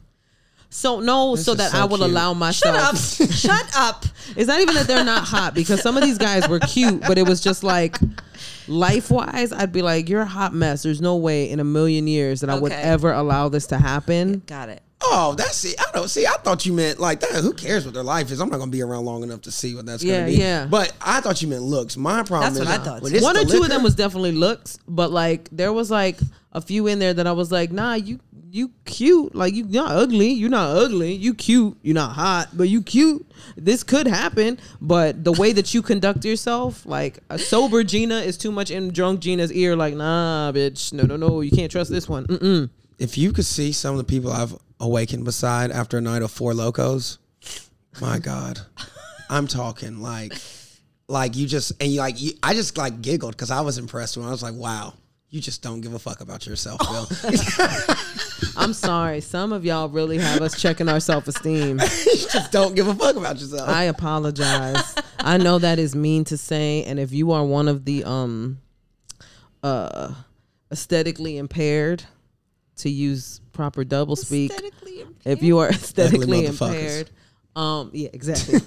[SPEAKER 5] so no, so
[SPEAKER 4] is
[SPEAKER 5] that
[SPEAKER 4] so
[SPEAKER 5] I would
[SPEAKER 4] cute.
[SPEAKER 5] allow
[SPEAKER 3] Shut up!
[SPEAKER 5] myself.
[SPEAKER 3] Shut up!
[SPEAKER 5] It's not even that they're not hot because some of these guys were cute, but it was just like life wise, I'd be like, you're a hot mess. There's no way in a million years that I would
[SPEAKER 3] Okay.
[SPEAKER 5] ever allow this to happen.
[SPEAKER 3] Got it.
[SPEAKER 4] Oh, that's it. I don't see. I thought you meant like that. Who cares what their life is? I'm not gonna be around long enough to see what that's
[SPEAKER 5] Yeah,
[SPEAKER 4] gonna be.
[SPEAKER 5] yeah.
[SPEAKER 4] But I thought you meant looks. My problem
[SPEAKER 3] That's
[SPEAKER 4] is
[SPEAKER 3] what I thought,
[SPEAKER 4] when
[SPEAKER 3] too.
[SPEAKER 4] it's
[SPEAKER 5] one
[SPEAKER 4] the
[SPEAKER 5] or two of
[SPEAKER 4] liquor-
[SPEAKER 5] them was definitely looks, but like there was like a few in there that I was like, nah, you you cute, like you not ugly, you not ugly, you cute, you not hot, but you cute. This could happen, but the way that you conduct yourself, like a sober Gina is too much in drunk Gina's ear. Like nah, bitch, no, no, no, you can't trust this one. Mm-mm.
[SPEAKER 4] If you could see some of the people I've awakened beside after a night of four locos, my God, I'm talking like, like you just and you like you, I just like giggled because I was impressed when I was like, wow, you just don't give a fuck about yourself, Bill.
[SPEAKER 5] I'm sorry, some of y'all really have us checking our self esteem.
[SPEAKER 4] you just don't give a fuck about yourself.
[SPEAKER 5] I apologize. I know that is mean to say, and if you are one of the um uh aesthetically impaired, to use proper double speak,
[SPEAKER 3] Aesthetically
[SPEAKER 5] if you are aesthetically
[SPEAKER 4] motherfuckers.
[SPEAKER 5] impaired, um, yeah, exactly.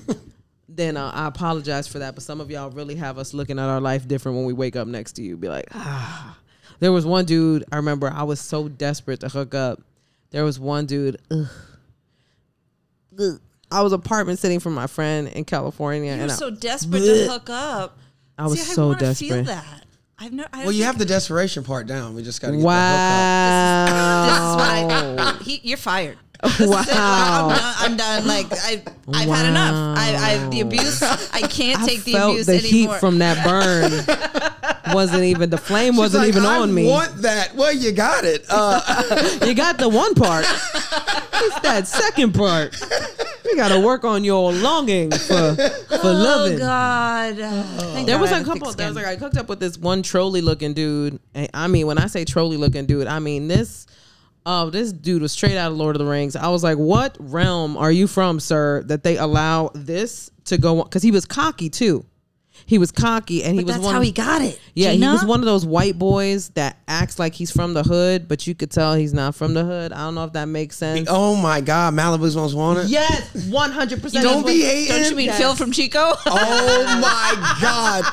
[SPEAKER 5] then uh, I apologize for that. But some of y'all really have us looking at our life different when we wake up next to you. Be like, ah. There was one dude I remember. I was so desperate to hook up. There was one dude. Ugh. Ugh. I was apartment sitting for my friend in California,
[SPEAKER 3] You're
[SPEAKER 5] and I-
[SPEAKER 3] so desperate
[SPEAKER 5] Blech.
[SPEAKER 3] to hook up.
[SPEAKER 5] I was
[SPEAKER 3] See, I
[SPEAKER 5] so
[SPEAKER 3] wanna Feel
[SPEAKER 5] desperate.
[SPEAKER 3] that. I've never. I
[SPEAKER 4] well, you have the desperation part down. We just gotta get that
[SPEAKER 3] This
[SPEAKER 5] wow.
[SPEAKER 3] is why he, you're fired.
[SPEAKER 5] Wow.
[SPEAKER 3] I'm, done, I'm done. Like I, I've had enough. I, I the abuse. I can't
[SPEAKER 5] I
[SPEAKER 3] take the
[SPEAKER 5] felt
[SPEAKER 3] abuse
[SPEAKER 5] the
[SPEAKER 3] anymore.
[SPEAKER 5] heat from that burn. wasn't even the flame
[SPEAKER 4] hook up. She's
[SPEAKER 5] wasn't
[SPEAKER 4] like,
[SPEAKER 5] even
[SPEAKER 4] I
[SPEAKER 5] on me.
[SPEAKER 4] want that? Well, you got it. Uh,
[SPEAKER 5] You got the one part. it's that second part. You got to work on your longing for for
[SPEAKER 3] oh
[SPEAKER 5] loving.
[SPEAKER 3] God. Thank
[SPEAKER 5] There
[SPEAKER 3] God
[SPEAKER 5] was
[SPEAKER 3] I
[SPEAKER 5] a
[SPEAKER 3] have thick
[SPEAKER 5] couple. There was
[SPEAKER 3] skin.
[SPEAKER 5] like I hooked up with this one trolley looking dude. And I mean, when I say trolley looking dude, I mean this. Oh, this dude was straight out of Lord of the Rings. I was like, "What realm are you from, sir, that they allow this to go on?" Because he was cocky too. He was cocky, and he was
[SPEAKER 3] That's
[SPEAKER 5] one
[SPEAKER 3] how
[SPEAKER 5] of-
[SPEAKER 3] he got it.
[SPEAKER 5] yeah,
[SPEAKER 3] Gina?
[SPEAKER 5] he was one of those white boys that acts like he's from the hood, but you could tell he's not from the hood. I don't know if that makes sense.
[SPEAKER 4] oh my God, Malibu's most wanted.
[SPEAKER 5] Yes, one hundred percent.
[SPEAKER 4] Don't be hating.
[SPEAKER 3] Don't you mean Phil from Chico?
[SPEAKER 4] Oh my god.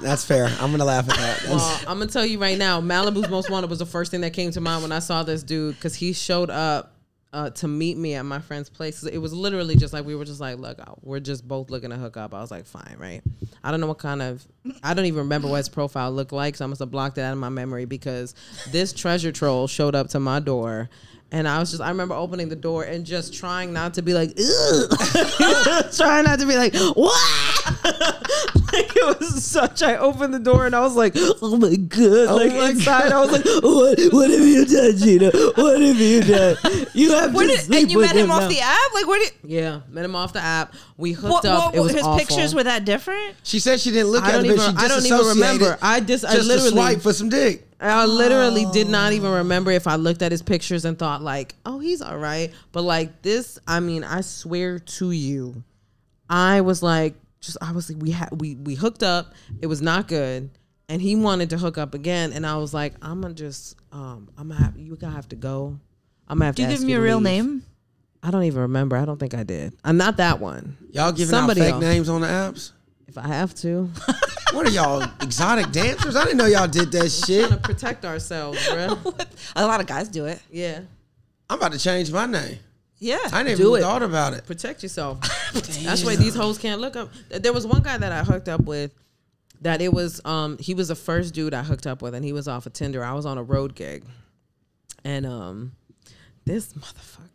[SPEAKER 4] That's fair. I'm gonna laugh at that. That's-
[SPEAKER 5] I'm gonna tell you right now, Malibu's Most Wanted was the first thing that came to mind when I saw this dude because he showed up uh, to meet me at my friend's place. It was literally just like we were just like, look, we're just both looking to hook up. I was like, fine, right? I don't know what kind of, I don't even remember what his profile looked like, so I must have blocked it out of my memory because this treasure troll showed up to my door. And I was just, I remember opening the door and just trying not to be like, ugh. trying not to be like, what? like it was such, I opened the door and I was like, oh my God. like
[SPEAKER 4] my
[SPEAKER 5] inside, I was like, what, what have you done, Gina? What have you done? You have
[SPEAKER 3] Where
[SPEAKER 5] to
[SPEAKER 3] did,
[SPEAKER 5] sleep
[SPEAKER 3] and you
[SPEAKER 5] with
[SPEAKER 3] met him off
[SPEAKER 5] now."
[SPEAKER 3] the app? Like, what? Did,
[SPEAKER 5] Yeah, met him off the app. We hooked
[SPEAKER 3] what,
[SPEAKER 5] up.
[SPEAKER 3] what,
[SPEAKER 5] it was
[SPEAKER 3] his
[SPEAKER 5] awful.
[SPEAKER 3] pictures were that different?
[SPEAKER 4] she said she didn't look
[SPEAKER 5] I
[SPEAKER 4] at
[SPEAKER 5] don't
[SPEAKER 4] it, but
[SPEAKER 5] even-
[SPEAKER 4] she
[SPEAKER 5] I don't even
[SPEAKER 4] disassociated
[SPEAKER 5] remember. I just- I
[SPEAKER 4] just to
[SPEAKER 5] literally-
[SPEAKER 4] swipe for some dick.
[SPEAKER 5] I literally did not even remember if I looked at his pictures and thought like, "Oh, he's all right." But like this, I mean, I swear to you, I was like, just I was like, we had we we hooked up. It was not good, and he wanted to hook up again, and I was like, I'm gonna just, um, I'm gonna have you gonna have to go. I'm gonna have
[SPEAKER 3] Do
[SPEAKER 5] to
[SPEAKER 3] you give
[SPEAKER 5] ask
[SPEAKER 3] me a
[SPEAKER 5] to
[SPEAKER 3] real
[SPEAKER 5] leave.
[SPEAKER 3] name?
[SPEAKER 5] I don't even remember. I don't think I did. I'm not that one.
[SPEAKER 4] Y'all giving
[SPEAKER 5] Somebody
[SPEAKER 4] out fake
[SPEAKER 5] else.
[SPEAKER 4] names on the apps?
[SPEAKER 5] If I have to,
[SPEAKER 4] What are y'all exotic dancers? I didn't know y'all did that shit.
[SPEAKER 5] to protect ourselves, bro.
[SPEAKER 3] a lot of guys do it.
[SPEAKER 5] Yeah,
[SPEAKER 4] I'm about to change my name. I
[SPEAKER 3] Yeah.
[SPEAKER 4] ain't
[SPEAKER 5] Do
[SPEAKER 4] even
[SPEAKER 5] it.
[SPEAKER 4] thought about it.
[SPEAKER 5] protect yourself. That's why these hoes can't look up. There was one guy that I hooked up with that it was um he was the first dude I hooked up with and he was off of Tinder. I was on a road gig. And um this motherfucker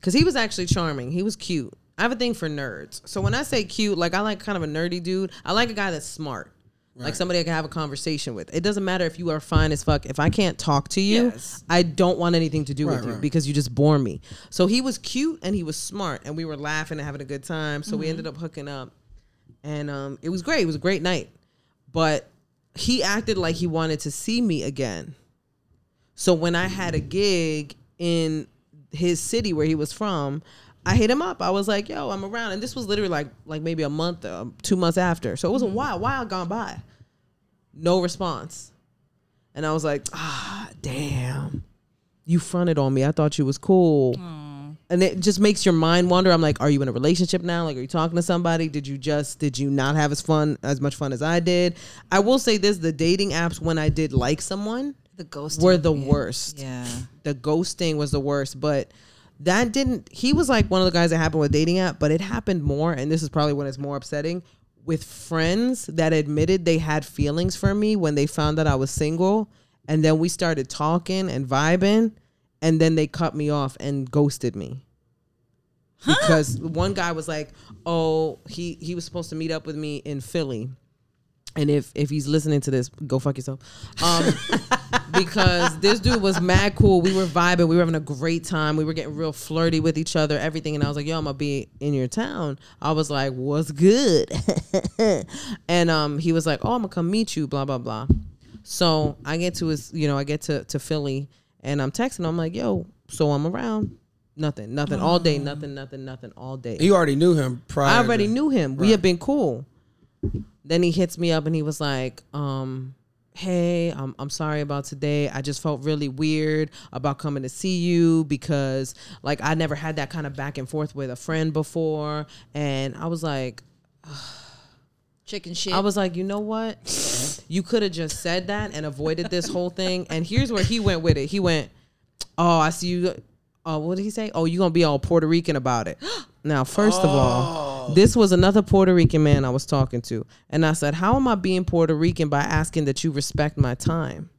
[SPEAKER 5] cuz he was actually charming. He was cute. I have a thing for nerds. So when I say cute, like I like kind of a nerdy dude. I like a guy that's smart. Like somebody I can have a conversation with. It doesn't matter if you are fine as fuck. If I can't talk to you,
[SPEAKER 3] Yes.
[SPEAKER 5] I don't want anything to do with
[SPEAKER 4] Right,
[SPEAKER 5] you
[SPEAKER 4] right.
[SPEAKER 5] because you just bore me. So he was cute and he was smart and we were laughing and having a good time. So we
[SPEAKER 4] Mm-hmm.
[SPEAKER 5] ended up hooking up and um, it was great. It was a great night, but he acted like he wanted to see me again. So when I had a gig in his city where he was from, I hit him up. I was like, "Yo, I'm around," and this was literally like like maybe a month, uh, two months after. So it
[SPEAKER 4] Mm-hmm.
[SPEAKER 5] was a while, while gone by. No response, and I was like, "Ah, damn." You fronted on me. I thought you was cool
[SPEAKER 3] Mm.
[SPEAKER 5] and it just makes your mind wander. I'm like, are you in a relationship now? Like, are you talking to somebody? Did you just did you not have as fun as much fun as I did? I will say this: the dating apps, when I did like someone,
[SPEAKER 3] The ghost.
[SPEAKER 5] were the worst.
[SPEAKER 3] Yeah.
[SPEAKER 5] The ghosting was the worst, but that didn't. He was like one of the guys that happened with dating app, but it happened more, and this is probably when it's more upsetting with friends that admitted they had feelings for me when they found out I was single, and then we started talking and vibing, and then they cut me off and ghosted me because one guy was like, "Oh, he he was supposed to meet up with me in Philly." And if if he's listening to this, go fuck yourself. Um, because this dude was mad cool. We were vibing. We were having a great time. We were getting real flirty with each other, everything. And I was like, "Yo, I'm gonna be in your town." I was like, "What's good?" and um, he was like, "Oh, I'm gonna come meet you." Blah blah blah. So I get to his, you know, I get to to Philly, and I'm texting. I'm like, "Yo, so I'm around." Nothing, nothing all day. Nothing, nothing, nothing all day.
[SPEAKER 4] You already knew him prior.
[SPEAKER 5] I already
[SPEAKER 4] to-
[SPEAKER 5] knew him. We had been cool. Then he hits me up and he was like, um, "Hey, I'm I'm sorry about today. I just felt really weird about coming to see you because like I never had that kind of back and forth with a friend before." And I was like,
[SPEAKER 3] Chicken shit.
[SPEAKER 5] I was like, you know what? You could have just said that and avoided this whole thing. And here's where he went with it. He went, oh, I see you. Oh, what did he say? Oh, you gonna be all Puerto Rican about it. Now, first of
[SPEAKER 4] Oh.
[SPEAKER 5] all, this was another Puerto Rican man I was talking to, and I said, how am I being Puerto Rican by asking that you respect my time?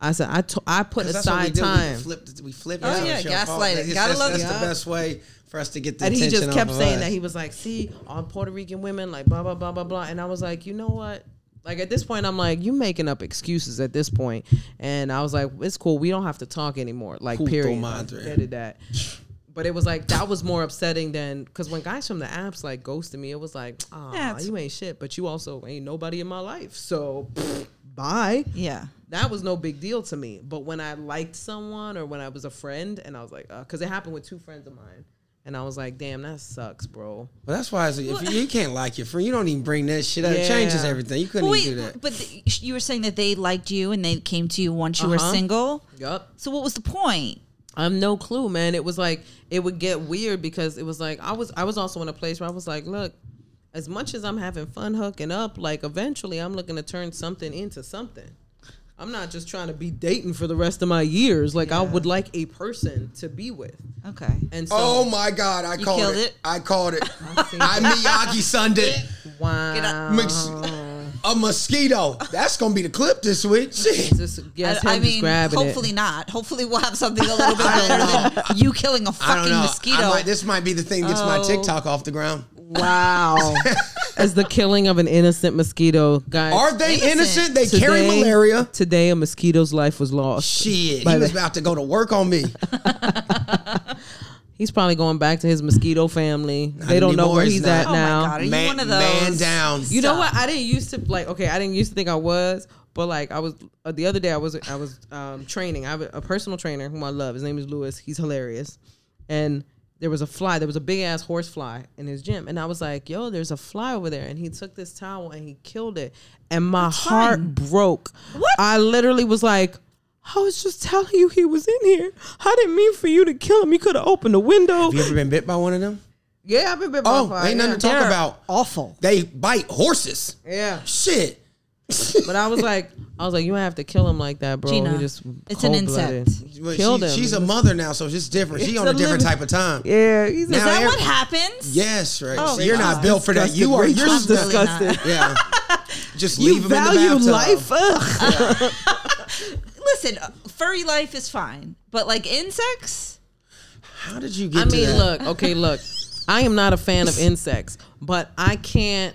[SPEAKER 5] I said, I to- I put
[SPEAKER 4] 'Cause that's what we
[SPEAKER 5] aside
[SPEAKER 4] do.
[SPEAKER 5] time.
[SPEAKER 4] We flipped. We flipped.
[SPEAKER 3] Oh, yeah, gaslighting. Gotta
[SPEAKER 4] that's,
[SPEAKER 3] love
[SPEAKER 4] that's
[SPEAKER 3] it.
[SPEAKER 4] the best way for us to get the
[SPEAKER 5] and he
[SPEAKER 4] attention.
[SPEAKER 5] just kept
[SPEAKER 4] off of
[SPEAKER 5] saying
[SPEAKER 4] us.
[SPEAKER 5] that he was like, "See, on Puerto Rican women, like blah blah blah blah blah." And I was like, you know what? Like at this point, I'm like, you making up excuses at this point. And I was like, it's cool. We don't have to talk anymore. Like
[SPEAKER 4] Puto
[SPEAKER 5] period.
[SPEAKER 4] madre.
[SPEAKER 5] Like, Did that. But it was like that was more upsetting than because when guys from the apps like ghosted me, it was like, ah,
[SPEAKER 3] That's-
[SPEAKER 5] you ain't shit, but you also ain't nobody in my life. So, pfft, bye
[SPEAKER 3] yeah.
[SPEAKER 5] that was no big deal to me. But when I liked someone or when I was a friend and I was like, because it happened with two friends of mine. And I was like, damn, that sucks, bro.
[SPEAKER 4] Well, that's why it's, if you, you can't like your friend, you don't even bring that shit up. It
[SPEAKER 5] Yeah.
[SPEAKER 4] changes everything. You couldn't
[SPEAKER 3] But
[SPEAKER 4] even
[SPEAKER 3] wait,
[SPEAKER 4] do that.
[SPEAKER 3] but the, you were saying that they liked you and they came to you once you were
[SPEAKER 5] Uh-huh.
[SPEAKER 3] single.
[SPEAKER 5] Yup.
[SPEAKER 3] So what was the point?
[SPEAKER 5] I'm no clue, man. It was like it would get weird because it was like I was I was also in a place where I was like, look, as much as I'm having fun hooking up, like eventually I'm looking to turn something into something. I'm not just trying to be dating for the rest of my years. Like I would like a person to be with.
[SPEAKER 3] Okay.
[SPEAKER 5] And so
[SPEAKER 4] Oh my God! I called
[SPEAKER 3] killed
[SPEAKER 4] it.
[SPEAKER 3] it?
[SPEAKER 4] I called it. I Miyagi sunned it.
[SPEAKER 5] wow.
[SPEAKER 4] Mix- a mosquito. That's gonna be the clip this week. Shit.
[SPEAKER 5] Just, yes, him
[SPEAKER 3] I, I
[SPEAKER 5] just
[SPEAKER 3] mean,
[SPEAKER 5] grabbing it.
[SPEAKER 3] hopefully not. Hopefully, we'll have something a little bit better than you killing a
[SPEAKER 4] I don't
[SPEAKER 3] fucking
[SPEAKER 4] know. I
[SPEAKER 3] mosquito.
[SPEAKER 4] might- this might be the thing that gets my
[SPEAKER 3] Oh.
[SPEAKER 4] TikTok off the ground.
[SPEAKER 5] Wow. As the killing of an innocent mosquito, guys.
[SPEAKER 4] Are they innocent?
[SPEAKER 3] Innocent.
[SPEAKER 4] They carry malaria.
[SPEAKER 5] Today, a mosquito's life was lost.
[SPEAKER 4] Shit,
[SPEAKER 5] By
[SPEAKER 4] he was
[SPEAKER 5] the-
[SPEAKER 4] about to go to work on me.
[SPEAKER 5] He's probably going back to his mosquito family. they don't know
[SPEAKER 4] anymore,
[SPEAKER 5] where
[SPEAKER 4] he's
[SPEAKER 5] he's
[SPEAKER 4] not.
[SPEAKER 5] at
[SPEAKER 3] oh
[SPEAKER 5] now.
[SPEAKER 3] my god, are you
[SPEAKER 4] man,
[SPEAKER 3] one of those?
[SPEAKER 4] man down.
[SPEAKER 5] You know what? I didn't used to like. Okay, I didn't used to think I was, but like I was uh, the other day. I was I was um, training. I have a, a personal trainer whom I love. His name is Lewis. He's hilarious, and there was a fly, there was a big ass horse fly in his gym. And I was like, yo, there's a fly over there. And he took this towel and he killed it. And my heart broke.
[SPEAKER 3] What?
[SPEAKER 5] I literally was like, I was just telling you he was in here. I didn't mean for you to kill him. You could have opened the window.
[SPEAKER 4] You ever been bit by one of them?
[SPEAKER 5] Yeah, I've been bit by a
[SPEAKER 4] Oh,
[SPEAKER 5] fly,
[SPEAKER 4] ain't nothing
[SPEAKER 5] yeah.
[SPEAKER 4] to talk about.
[SPEAKER 3] Awful.
[SPEAKER 4] They bite horses.
[SPEAKER 5] Yeah.
[SPEAKER 4] Shit.
[SPEAKER 5] But I was like, I was like, you don't have to kill him like that, bro. He
[SPEAKER 3] Gina,
[SPEAKER 5] just
[SPEAKER 3] it's an
[SPEAKER 5] cold-blooded.
[SPEAKER 3] insect.
[SPEAKER 4] Well,
[SPEAKER 5] Killed
[SPEAKER 4] she-
[SPEAKER 5] him.
[SPEAKER 4] She's a mother now, so it's different. She on
[SPEAKER 5] a
[SPEAKER 4] a different
[SPEAKER 5] living-
[SPEAKER 4] type of time.
[SPEAKER 5] yeah. He's
[SPEAKER 3] Is
[SPEAKER 4] Now
[SPEAKER 5] a,
[SPEAKER 3] that
[SPEAKER 4] every-
[SPEAKER 3] what happens?
[SPEAKER 4] Yes, right.
[SPEAKER 5] Oh,
[SPEAKER 4] you're
[SPEAKER 5] God.
[SPEAKER 4] not built for that. You are. You're
[SPEAKER 5] Disgusting.
[SPEAKER 4] stuck.
[SPEAKER 5] disgusted.
[SPEAKER 3] Really not.
[SPEAKER 4] Yeah. Just
[SPEAKER 5] you
[SPEAKER 4] leave them in the
[SPEAKER 5] value
[SPEAKER 4] bathtub.
[SPEAKER 5] life. Ugh.
[SPEAKER 3] Listen, uh, furry life is fine, but like insects,
[SPEAKER 4] How did you
[SPEAKER 5] I
[SPEAKER 4] get? to
[SPEAKER 5] mean,
[SPEAKER 4] that?
[SPEAKER 5] look, okay, look. I am not a fan of insects, but I can't.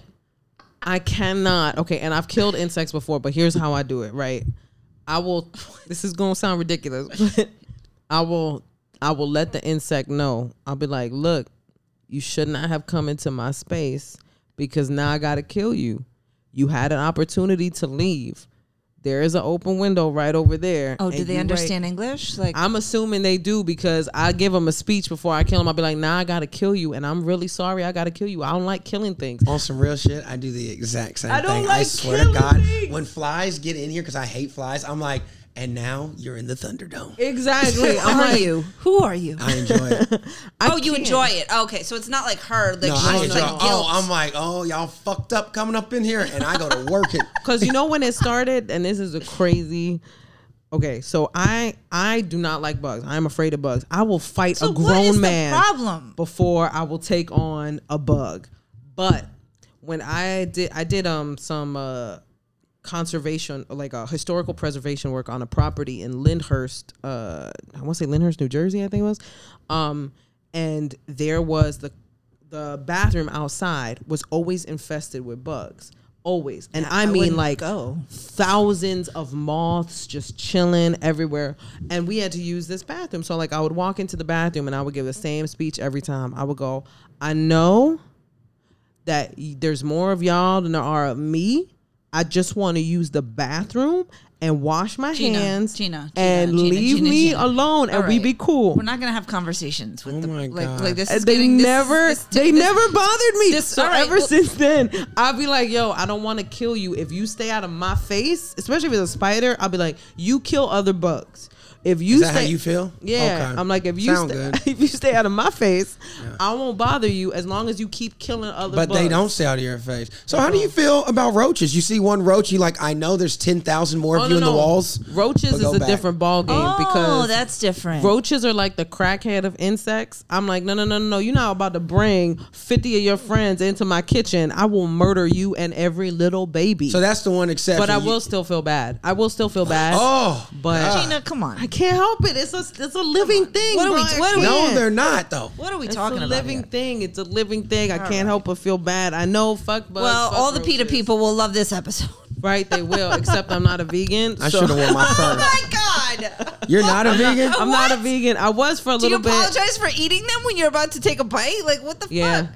[SPEAKER 5] I cannot. Okay, and I've killed insects before, but here's how I do it. Right, I will. This is gonna sound ridiculous, but I will. I will let the insect know. I'll be like, look, you should not have come into my space because now I gotta kill you. You had an opportunity to leave. There is an open window right over there.
[SPEAKER 3] oh,
[SPEAKER 5] and
[SPEAKER 3] do they
[SPEAKER 5] you right-
[SPEAKER 3] understand English? Like,
[SPEAKER 5] I'm assuming they do because I give them a speech before I kill them. I'll be like, nah, I gotta kill you. And I'm really sorry I gotta kill you. I don't like killing things.
[SPEAKER 4] on some real shit, I do the exact same
[SPEAKER 5] I don't
[SPEAKER 4] thing. I
[SPEAKER 5] like
[SPEAKER 4] swear to
[SPEAKER 5] killing
[SPEAKER 4] God,
[SPEAKER 5] things.
[SPEAKER 4] when flies get in here, because I hate flies, I'm like, and now you're in the Thunderdome.
[SPEAKER 5] Exactly.
[SPEAKER 3] who
[SPEAKER 5] I'm
[SPEAKER 3] are
[SPEAKER 5] like,
[SPEAKER 3] you? Who are you?
[SPEAKER 4] I enjoy it. no,
[SPEAKER 5] I
[SPEAKER 3] oh, you
[SPEAKER 5] can't.
[SPEAKER 3] enjoy it. Okay, so it's not like her. Like
[SPEAKER 4] I
[SPEAKER 3] she's
[SPEAKER 4] enjoy.
[SPEAKER 3] like
[SPEAKER 4] it.
[SPEAKER 3] guilt.
[SPEAKER 4] Oh, I'm like, oh, y'all fucked up coming up in here, and I go to work it.
[SPEAKER 5] Cause you know when it started, and this is a crazy Okay, so I I do not like bugs. I'm afraid of bugs. I will fight
[SPEAKER 3] So
[SPEAKER 5] a
[SPEAKER 3] what
[SPEAKER 5] grown
[SPEAKER 3] is the
[SPEAKER 5] man
[SPEAKER 3] problem?
[SPEAKER 5] before I will take on a bug. But when I did I did um some uh conservation like a historical preservation work on a property in Lyndhurst uh I want to say Lyndhurst New Jersey I think it was um and there was the the bathroom outside was always infested with bugs always and I, mean
[SPEAKER 3] wouldn't
[SPEAKER 5] like
[SPEAKER 3] go.
[SPEAKER 5] thousands of moths just chilling everywhere and we had to use this bathroom so like I would walk into the bathroom and I would give the same speech every time I would go I know that y- there's more of y'all than there are of me. I just want to use the bathroom and wash my
[SPEAKER 3] Gina,
[SPEAKER 5] hands
[SPEAKER 3] Gina, Gina,
[SPEAKER 5] and
[SPEAKER 3] Gina,
[SPEAKER 5] leave
[SPEAKER 3] Gina,
[SPEAKER 5] me
[SPEAKER 3] Gina.
[SPEAKER 5] alone and
[SPEAKER 3] All
[SPEAKER 5] we
[SPEAKER 3] right.
[SPEAKER 5] be cool. Oh
[SPEAKER 3] We're not gonna have conversations with them.
[SPEAKER 4] my
[SPEAKER 3] Like,
[SPEAKER 4] God.
[SPEAKER 3] like this
[SPEAKER 5] And
[SPEAKER 3] is
[SPEAKER 5] Uh, they
[SPEAKER 3] getting, this is-
[SPEAKER 5] never
[SPEAKER 3] this-
[SPEAKER 5] they
[SPEAKER 3] this-
[SPEAKER 5] never bothered me.
[SPEAKER 3] this-
[SPEAKER 5] so
[SPEAKER 3] all right,
[SPEAKER 5] ever
[SPEAKER 3] well-
[SPEAKER 5] since then, I'll be like, yo, I don't want to kill you. If you stay out of my face, especially if it's a spider, I'll be like, you kill other bugs. If you
[SPEAKER 4] Is that
[SPEAKER 5] stay,
[SPEAKER 4] how you feel?
[SPEAKER 5] Yeah,
[SPEAKER 4] Okay.
[SPEAKER 5] I'm like if you
[SPEAKER 4] Sound
[SPEAKER 5] stay,
[SPEAKER 4] good.
[SPEAKER 5] if you stay out of my face, I won't bother you as long as you keep killing other.
[SPEAKER 4] But they
[SPEAKER 5] bugs.
[SPEAKER 4] don't stay out of your face. So how do you feel about roaches? You see one roach, you like, I know there's ten thousand more of
[SPEAKER 5] Oh,
[SPEAKER 4] you
[SPEAKER 5] no,
[SPEAKER 4] in the
[SPEAKER 5] no.
[SPEAKER 4] walls.
[SPEAKER 5] Roaches
[SPEAKER 4] but
[SPEAKER 5] is
[SPEAKER 4] go
[SPEAKER 5] a
[SPEAKER 4] back.
[SPEAKER 5] different ball game
[SPEAKER 3] Oh,
[SPEAKER 5] because
[SPEAKER 3] that's different.
[SPEAKER 5] roaches are like the crackhead of insects. I'm like, no, no, no, no, no. You're not about to bring 50 of your friends into my kitchen. I will murder you and every little baby.
[SPEAKER 4] So that's the one exception.
[SPEAKER 5] but I
[SPEAKER 4] You-
[SPEAKER 5] will still feel bad. I will still feel bad.
[SPEAKER 4] Oh,
[SPEAKER 5] but
[SPEAKER 3] Gina, come on.
[SPEAKER 5] I can't help it. It's a it's a living thing.
[SPEAKER 3] What are
[SPEAKER 5] bro.
[SPEAKER 3] we-
[SPEAKER 5] I
[SPEAKER 3] what are we-
[SPEAKER 5] can't.
[SPEAKER 4] no, they're not though.
[SPEAKER 3] what are we
[SPEAKER 5] It's
[SPEAKER 3] talking
[SPEAKER 5] a
[SPEAKER 3] about?
[SPEAKER 5] living
[SPEAKER 3] here?
[SPEAKER 5] thing. It's a living thing. I can't help but feel bad. I know. Fuck bugs.
[SPEAKER 3] Well,
[SPEAKER 5] fuck
[SPEAKER 3] all the PETA
[SPEAKER 5] roaches.
[SPEAKER 3] people will love this episode.
[SPEAKER 5] right? They will. Except I'm not a vegan.
[SPEAKER 4] I
[SPEAKER 5] so-
[SPEAKER 4] should have worn my
[SPEAKER 3] Oh
[SPEAKER 4] fur.
[SPEAKER 3] my God.
[SPEAKER 4] You're not a vegan.
[SPEAKER 5] I'm not a vegan. I was for a
[SPEAKER 3] Do you
[SPEAKER 5] little bit.
[SPEAKER 3] apologize for eating them when you're about to take a bite? Like, what the
[SPEAKER 5] Yeah.
[SPEAKER 3] fuck?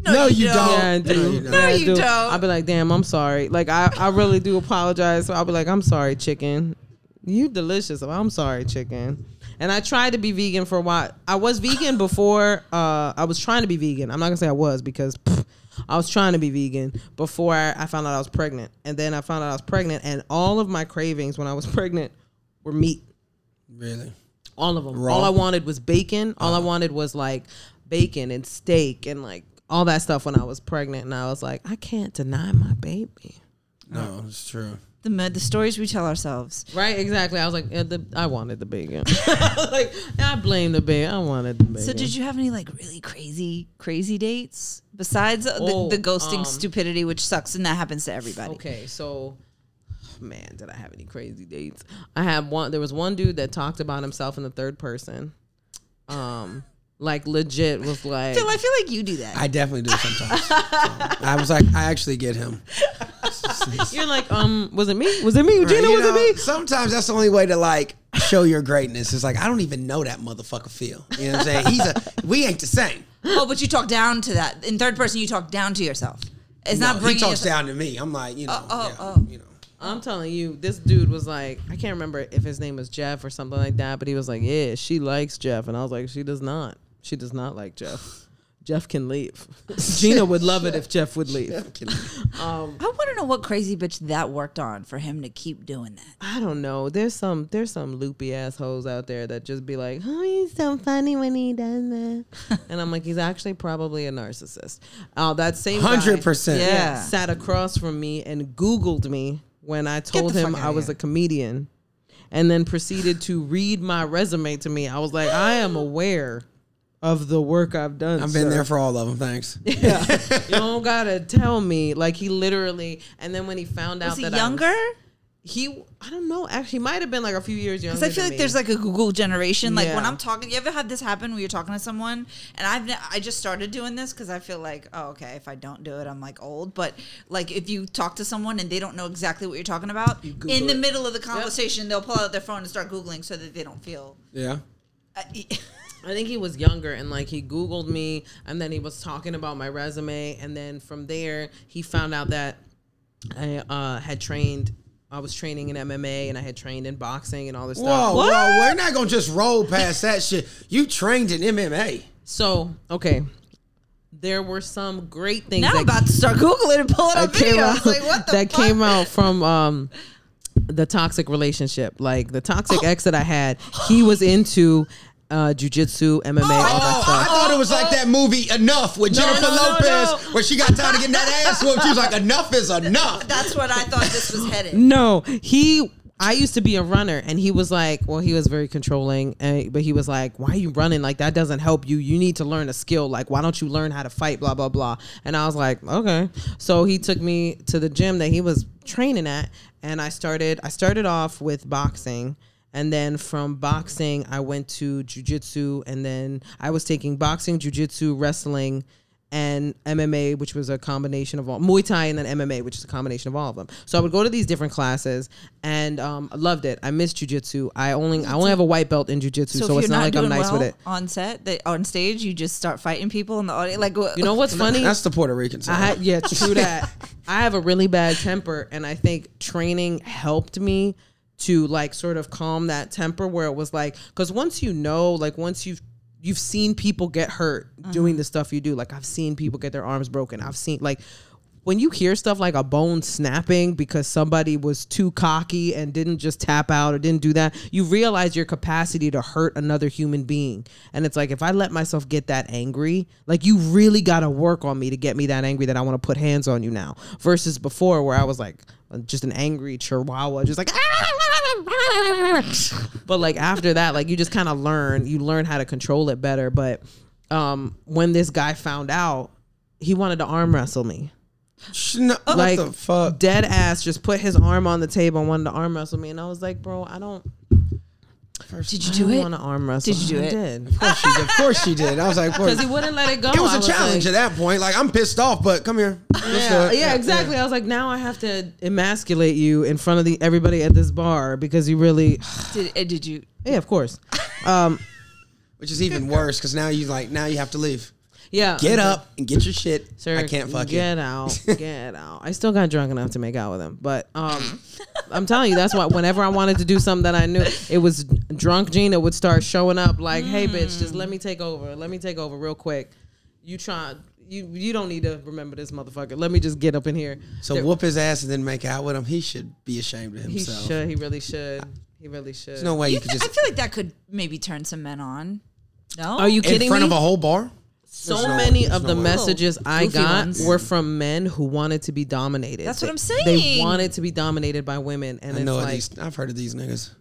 [SPEAKER 4] No, you don't.
[SPEAKER 5] Yeah, I
[SPEAKER 4] No,
[SPEAKER 5] do.
[SPEAKER 4] you don't.
[SPEAKER 5] Yeah, I
[SPEAKER 3] No, you
[SPEAKER 5] do.
[SPEAKER 3] don't.
[SPEAKER 5] I'll be like, damn, I'm sorry. Like, I, I really do apologize. So I'll be like, I'm sorry, chicken. You delicious. I'm sorry, chicken. And I tried to be vegan for a while. I was vegan before. Uh, I was trying to be vegan. I'm not gonna say I was because pff, I was trying to be vegan before I found out I was pregnant. And then I found out I was pregnant, and all of my cravings when I was pregnant were meat.
[SPEAKER 4] Really?
[SPEAKER 5] All of them.
[SPEAKER 4] Raw?
[SPEAKER 5] All I wanted was bacon. All I wanted was like bacon and steak and like all that stuff when I was pregnant. And I was like, I can't deny my baby.
[SPEAKER 4] No, it's true.
[SPEAKER 3] The, mo- the stories we tell ourselves.
[SPEAKER 5] Right? Exactly. I was like, yeah, the, I wanted the bacon. like, I blame the bacon. I wanted the bacon.
[SPEAKER 3] So, did you have any like really crazy, crazy dates besides
[SPEAKER 5] Oh,
[SPEAKER 3] the, the ghosting
[SPEAKER 5] um,
[SPEAKER 3] stupidity, which sucks and that happens to everybody?
[SPEAKER 5] Okay, so oh, man, did I have any crazy dates? I had one there was one dude that talked about himself in the third person. Um like legit was like
[SPEAKER 3] Phil, I feel like you do that.
[SPEAKER 4] I definitely do sometimes. So, I was like, I actually get him.
[SPEAKER 5] you're like, um, was it me? Was it me? Gina,
[SPEAKER 4] You
[SPEAKER 5] was
[SPEAKER 4] know,
[SPEAKER 5] it me?
[SPEAKER 4] Sometimes that's the only way to like show your greatness. It's like I don't even know that motherfucker feel. You know what I'm saying? He's a we ain't the same.
[SPEAKER 3] oh, but you talk down to that. In third person, you talk down to yourself. It's
[SPEAKER 4] No,
[SPEAKER 3] not
[SPEAKER 4] he
[SPEAKER 3] bringing
[SPEAKER 4] talks
[SPEAKER 3] yourself-
[SPEAKER 4] down to me. I'm like, you know,
[SPEAKER 3] oh,
[SPEAKER 4] yeah,
[SPEAKER 3] oh.
[SPEAKER 4] you know.
[SPEAKER 5] I'm telling you, this dude was like, I can't remember if his name was Jeff or something like that, but he was like, Yeah, she likes Jeff. And I was like, She does not. She does not like Jeff. Jeff can leave. Gina would love it if Jeff would leave.
[SPEAKER 3] I want to know what crazy bitch that worked on for him to keep doing that.
[SPEAKER 5] I don't know. There's some there's some loopy assholes out there that just be like, "Oh, he's so funny when he does that," and I'm like, he's actually probably a narcissist. Uh, that same guy,
[SPEAKER 4] 100%.
[SPEAKER 5] yeah,
[SPEAKER 3] Yeah.
[SPEAKER 5] sat across from me and Googled me when I told
[SPEAKER 3] the
[SPEAKER 5] him
[SPEAKER 3] fuck outta
[SPEAKER 5] I was
[SPEAKER 3] here.
[SPEAKER 5] a comedian, and then proceeded to read my resume to me. I was like, I am aware of the work I've done.
[SPEAKER 4] I've been
[SPEAKER 5] sir.
[SPEAKER 4] there for all of them. Thanks.
[SPEAKER 5] You don't gotta tell me. Like he literally, and then when he found out
[SPEAKER 3] Is he
[SPEAKER 5] that
[SPEAKER 3] younger?
[SPEAKER 5] I was, he I don't know. Actually, he might have been like a few years younger.
[SPEAKER 3] Because I feel like
[SPEAKER 5] than me.
[SPEAKER 3] there's like a Google generation. Like when
[SPEAKER 5] Yeah.
[SPEAKER 3] I'm talking, you ever had this happen where you're talking to someone, and I've ne- I just started doing this because I feel like, oh, okay, if I don't do it, I'm like old. But like if you talk to someone and they don't know exactly what you're talking about, in
[SPEAKER 5] Google
[SPEAKER 3] the
[SPEAKER 5] it.
[SPEAKER 3] middle of the conversation, they'll pull out their phone and start googling so that they don't feel.
[SPEAKER 4] Yeah.
[SPEAKER 3] Uh,
[SPEAKER 5] I think he was younger and like he Googled me and then he was talking about my resume. And then from there, he found out that I uh, had trained, I was training in MMA and I had trained in boxing and all this stuff.
[SPEAKER 4] Whoa, whoa, we're not gonna just roll past that shit. You trained in MMA.
[SPEAKER 5] So, okay. There were some great things
[SPEAKER 3] now I'm
[SPEAKER 5] that
[SPEAKER 3] about to start googling and pulling up
[SPEAKER 5] that came
[SPEAKER 3] videos.
[SPEAKER 5] out
[SPEAKER 3] like what the
[SPEAKER 5] that
[SPEAKER 3] fuck?
[SPEAKER 5] came out from um the toxic relationship like the toxic ex that i had he was into uh jujitsu mma all that
[SPEAKER 4] Oh, I
[SPEAKER 5] stuff
[SPEAKER 4] thought it was like that movie Enough with Jennifer
[SPEAKER 5] no, no,
[SPEAKER 4] Lopez,
[SPEAKER 5] no.
[SPEAKER 4] where she got tired of getting that ass whooped. She was like, "Enough is enough."
[SPEAKER 3] That's what I thought this was headed.
[SPEAKER 5] no he i used to be a runner and he was like well he was very controlling and, but he was like why are you running like that doesn't help you you need to learn a skill like why don't you learn how to fight blah blah blah and i was like okay so he took me to the gym that he was training at and i started i started off with boxing And then from boxing, I went to jujitsu, and then I was taking boxing, jujitsu, wrestling, and MMA, which was a combination of all Muay Thai, and then MMA, which is a combination of all of them. So I would go to these different classes, and um, I loved it. I miss jujitsu. I only I only have a white belt in jujitsu, so,
[SPEAKER 3] if
[SPEAKER 5] it's
[SPEAKER 3] you're
[SPEAKER 5] not, like I'm
[SPEAKER 3] doing
[SPEAKER 5] nice with
[SPEAKER 3] well
[SPEAKER 5] it.
[SPEAKER 3] On set, they, on stage, you just start fighting people in the audience. Like
[SPEAKER 5] You know what's funny?
[SPEAKER 4] That's the Puerto Rican
[SPEAKER 5] I
[SPEAKER 4] side.
[SPEAKER 5] had, yeah, true that. I have a really bad temper, and I think training helped me to like sort of calm that temper where it was like because once you know, like once you've you've seen people get hurt
[SPEAKER 3] Mm-hmm.
[SPEAKER 5] doing the stuff you do, like I've seen people get their arms broken. I've seen like when you hear stuff like a bone snapping because somebody was too cocky and didn't just tap out or didn't do that, you realize your capacity to hurt another human being. And it's like, if I let myself get that angry, like you really got to work on me to get me that angry that I want to put hands on you now versus before where I was like uh, just an angry chihuahua, just like, but like after that, like you just kind of learn, you learn how to control it better. But um, when this guy found out, he wanted to arm wrestle me
[SPEAKER 4] Sh- no,
[SPEAKER 5] like
[SPEAKER 4] what the fuck?
[SPEAKER 5] dead ass just put his arm on the table and wanted to arm wrestle me and I was like bro I don't
[SPEAKER 3] Did you
[SPEAKER 5] I
[SPEAKER 3] do
[SPEAKER 5] don't
[SPEAKER 3] it?
[SPEAKER 5] want to arm wrestle
[SPEAKER 3] Did you do
[SPEAKER 5] I
[SPEAKER 3] it?
[SPEAKER 5] did
[SPEAKER 4] Of course she did. Of course she did. I was like,
[SPEAKER 5] because he
[SPEAKER 4] it
[SPEAKER 5] wouldn't let it go
[SPEAKER 4] was
[SPEAKER 5] I
[SPEAKER 4] a challenge
[SPEAKER 5] like-
[SPEAKER 4] at that point. Like, I'm pissed off, but come here. Let's do
[SPEAKER 5] yeah,
[SPEAKER 4] it.
[SPEAKER 5] yeah, exactly. I was like, now I have to emasculate you in front of the everybody at this bar because you really,
[SPEAKER 3] Did, uh, did you?
[SPEAKER 5] yeah, of course,
[SPEAKER 4] Which is even worse because now you like now you have to leave.
[SPEAKER 5] yeah.
[SPEAKER 4] Get up and get your shit.
[SPEAKER 5] Sir,
[SPEAKER 4] I can't fuck you.
[SPEAKER 5] get out, get out. I still got drunk enough to make out with him, but um,
[SPEAKER 4] Mm-hmm.
[SPEAKER 5] I'm telling you, that's why. Whenever I wanted to do something that I knew, it was drunk. Gina would start showing up like, "Hey, bitch, just
[SPEAKER 4] Mm.
[SPEAKER 5] let me take over. Let me take over real quick. You try. You you don't need to remember this motherfucker. Let me just get up in here.
[SPEAKER 4] So whoop his ass and then make out with him. He should be ashamed of
[SPEAKER 5] He
[SPEAKER 4] himself.
[SPEAKER 5] should. He really should. He really should.
[SPEAKER 4] There's no way you,
[SPEAKER 3] You
[SPEAKER 4] could
[SPEAKER 3] th-
[SPEAKER 4] just
[SPEAKER 3] I feel like that could maybe turn some men on. No,
[SPEAKER 5] Are you
[SPEAKER 4] in
[SPEAKER 5] kidding
[SPEAKER 4] front
[SPEAKER 5] me?
[SPEAKER 4] of a whole bar.
[SPEAKER 5] so
[SPEAKER 4] There's no-
[SPEAKER 5] many
[SPEAKER 4] there's
[SPEAKER 5] of
[SPEAKER 4] no
[SPEAKER 5] the
[SPEAKER 4] way.
[SPEAKER 5] messages I
[SPEAKER 3] Goofy
[SPEAKER 5] got
[SPEAKER 3] ones.
[SPEAKER 5] were from men who wanted to be dominated.
[SPEAKER 3] That's what
[SPEAKER 5] They-
[SPEAKER 3] I'm
[SPEAKER 5] They
[SPEAKER 3] saying.
[SPEAKER 5] wanted to be dominated by women,
[SPEAKER 4] I
[SPEAKER 5] and it's
[SPEAKER 4] know
[SPEAKER 5] like
[SPEAKER 4] these. I've heard of these niggas.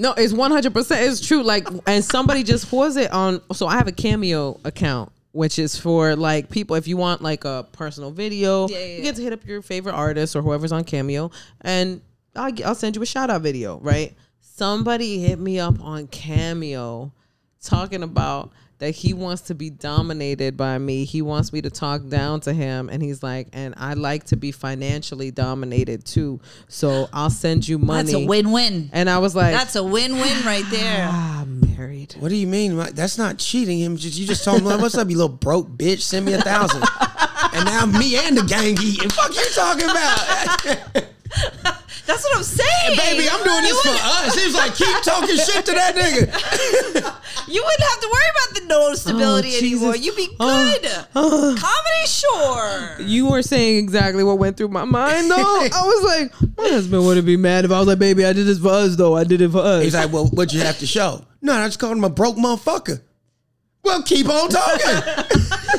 [SPEAKER 5] No, it's one hundred percent. It's true. Like, and somebody just was it on. So I have a cameo account, which is for like people. If you want like a personal video,
[SPEAKER 3] Yeah, yeah,
[SPEAKER 5] you
[SPEAKER 3] yeah.
[SPEAKER 5] get to hit up your favorite artist or whoever's on cameo, and I'll, g- I'll send you a shout out video. Right? Somebody hit me up on cameo, talking about that he wants to be dominated by me. He wants me to talk down to him, and he's like, and I like to be financially dominated too. So I'll send you money.
[SPEAKER 3] that's a win-win.
[SPEAKER 5] And I was like,
[SPEAKER 3] That's a win-win right there.
[SPEAKER 5] Ah, married.
[SPEAKER 4] What do you mean? Like, That's not cheating him. Just you just told him, like, "What's up, you little broke bitch? Send me a thousand. and now me and the gang eating. Fuck you talking about?
[SPEAKER 3] That's what I'm saying.
[SPEAKER 4] Baby, I'm doing this
[SPEAKER 3] you
[SPEAKER 4] for
[SPEAKER 3] Wouldn't,
[SPEAKER 4] us. He was like, keep talking shit to that nigga.
[SPEAKER 3] you wouldn't have to worry about the noticeability
[SPEAKER 5] Oh,
[SPEAKER 3] anymore.
[SPEAKER 5] Jesus.
[SPEAKER 3] You'd be
[SPEAKER 5] Oh,
[SPEAKER 3] good. Comedy, sure.
[SPEAKER 5] You were saying exactly what went through my mind, though. I was like, my husband would have been mad if I was like, baby, I did this for us, though. I did it for us.
[SPEAKER 4] He's like, well, what'd you have to show? No, I just called him a broke motherfucker. Well, keep on talking.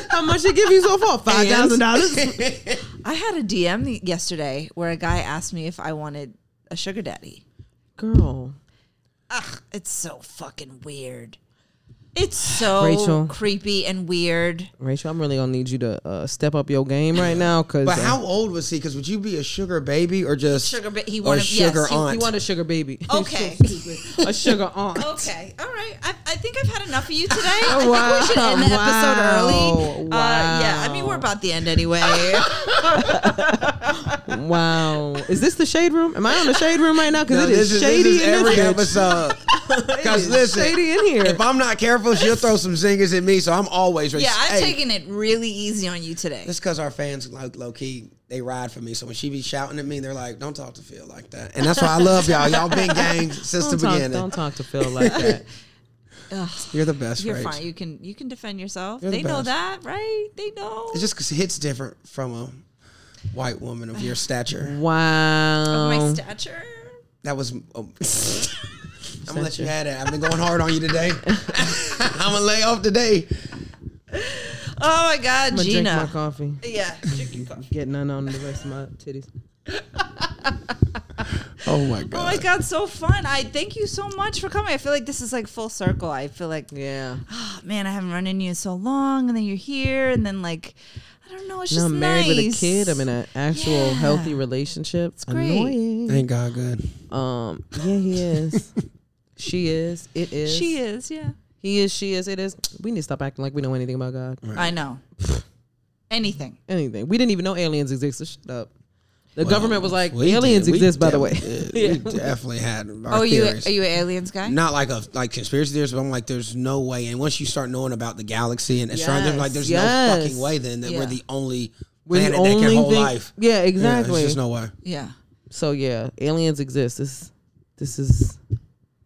[SPEAKER 5] How much they give you so far? Five thousand dollars.
[SPEAKER 3] I had a DM the- yesterday where a guy asked me if I wanted a sugar daddy.
[SPEAKER 5] Girl,
[SPEAKER 3] Ugh, it's so fucking weird. It's so
[SPEAKER 5] Rachel.
[SPEAKER 3] creepy and weird.
[SPEAKER 5] Rachel, I'm really gonna need you to uh, step up your game right now, cause
[SPEAKER 4] But
[SPEAKER 5] uh,
[SPEAKER 4] how old was he? Because would you be a sugar baby or just
[SPEAKER 3] Sugar ba- he
[SPEAKER 4] or
[SPEAKER 3] wanted- yes,
[SPEAKER 4] sugar
[SPEAKER 3] he- he
[SPEAKER 4] aunt?
[SPEAKER 5] you want a sugar baby?
[SPEAKER 3] Okay.
[SPEAKER 5] a sugar aunt.
[SPEAKER 3] Okay. All right. I, I think I've had enough of you today. I
[SPEAKER 5] Wow.
[SPEAKER 3] think we should end the episode early.
[SPEAKER 5] Wow.
[SPEAKER 3] Uh, yeah. I mean, we're about the end anyway.
[SPEAKER 5] Wow, is this the shade room? Am I on the shade room right now? Because
[SPEAKER 4] No,
[SPEAKER 5] it is
[SPEAKER 4] this
[SPEAKER 5] shady
[SPEAKER 4] this is
[SPEAKER 5] in
[SPEAKER 4] every
[SPEAKER 5] this bitch.
[SPEAKER 4] episode. Because
[SPEAKER 5] is
[SPEAKER 4] listen,
[SPEAKER 5] shady in here.
[SPEAKER 4] if I'm not careful, she'll throw some zingers at me. So I'm always ready.
[SPEAKER 3] yeah. I'm
[SPEAKER 4] Hey,
[SPEAKER 3] taking it really easy on you today.
[SPEAKER 4] It's because our fans, like low key, they ride for me. So when she be shouting at me, they're like, "Don't talk to Phil like that." And that's why I love y'all. Y'all been gang since
[SPEAKER 5] Don't
[SPEAKER 4] the
[SPEAKER 5] talk,
[SPEAKER 4] beginning.
[SPEAKER 5] don't talk to Phil like that.
[SPEAKER 4] You're the best.
[SPEAKER 3] You're
[SPEAKER 4] Rach.
[SPEAKER 3] fine. You can you can defend yourself.
[SPEAKER 4] You're the
[SPEAKER 3] they know that,
[SPEAKER 4] best.
[SPEAKER 3] right? They know.
[SPEAKER 4] It's just because hits different from a white woman of your stature.
[SPEAKER 5] Wow.
[SPEAKER 3] my stature.
[SPEAKER 4] That was. Um, I'm gonna let you have that. I've been going hard on you today. I'm gonna lay off today.
[SPEAKER 3] Oh my God,
[SPEAKER 5] I'm gonna drink my
[SPEAKER 3] Gina.
[SPEAKER 5] coffee.
[SPEAKER 3] Yeah.
[SPEAKER 5] Get none on the rest of my titties.
[SPEAKER 4] Oh my
[SPEAKER 3] Oh my God, so fun! I thank you so much for coming. I feel like this is like full circle. I feel like,
[SPEAKER 5] Yeah.
[SPEAKER 3] oh, man, I haven't run into you in so long, and then you're here, and then like, I don't know, it's
[SPEAKER 5] Now
[SPEAKER 3] just
[SPEAKER 5] I'm married with a
[SPEAKER 3] nice.
[SPEAKER 5] kid. I'm in an actual
[SPEAKER 3] Yeah.
[SPEAKER 5] healthy relationship. It's
[SPEAKER 3] great.
[SPEAKER 5] Annoying.
[SPEAKER 4] Thank God, good.
[SPEAKER 5] Um. Yeah, he is. she is. It is.
[SPEAKER 3] She is, yeah.
[SPEAKER 5] He is. She is. It is. We need to stop acting like we know anything about God.
[SPEAKER 3] I know. Anything.
[SPEAKER 5] Anything. We didn't even know aliens existed. Shut up. The
[SPEAKER 4] Well,
[SPEAKER 5] government was like,
[SPEAKER 4] we
[SPEAKER 5] aliens
[SPEAKER 4] did- we
[SPEAKER 5] exist, by the way.
[SPEAKER 4] definitely did. We definitely had our
[SPEAKER 3] Oh, you
[SPEAKER 4] theories.
[SPEAKER 3] are you an aliens guy?
[SPEAKER 4] Not like a like conspiracy theories, but I'm like, there's no way. And once you start knowing about the galaxy and astronomy,
[SPEAKER 5] Yes,
[SPEAKER 4] like, there's
[SPEAKER 5] yes.
[SPEAKER 4] no fucking way then that
[SPEAKER 3] Yeah.
[SPEAKER 4] we're the only
[SPEAKER 5] We're the
[SPEAKER 4] planet that can
[SPEAKER 5] only
[SPEAKER 4] hold
[SPEAKER 5] thing-
[SPEAKER 4] life.
[SPEAKER 5] Yeah,
[SPEAKER 4] Yeah,
[SPEAKER 5] exactly.
[SPEAKER 4] there's just no way.
[SPEAKER 3] Yeah.
[SPEAKER 5] so yeah, aliens exist. This this is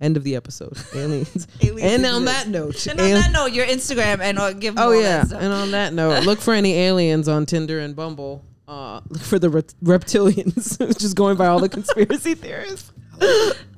[SPEAKER 5] end of the episode. Aliens.
[SPEAKER 3] Aliens
[SPEAKER 5] and on
[SPEAKER 3] exist.
[SPEAKER 5] that note,
[SPEAKER 3] And on
[SPEAKER 5] al-
[SPEAKER 3] that note, your Instagram and uh, give. Them
[SPEAKER 5] Oh
[SPEAKER 3] all
[SPEAKER 5] yeah,
[SPEAKER 3] that stuff.
[SPEAKER 5] and on that note, look for any aliens on Tinder and Bumble. Uh, look for the rep- reptilians, just going by all the conspiracy theorists.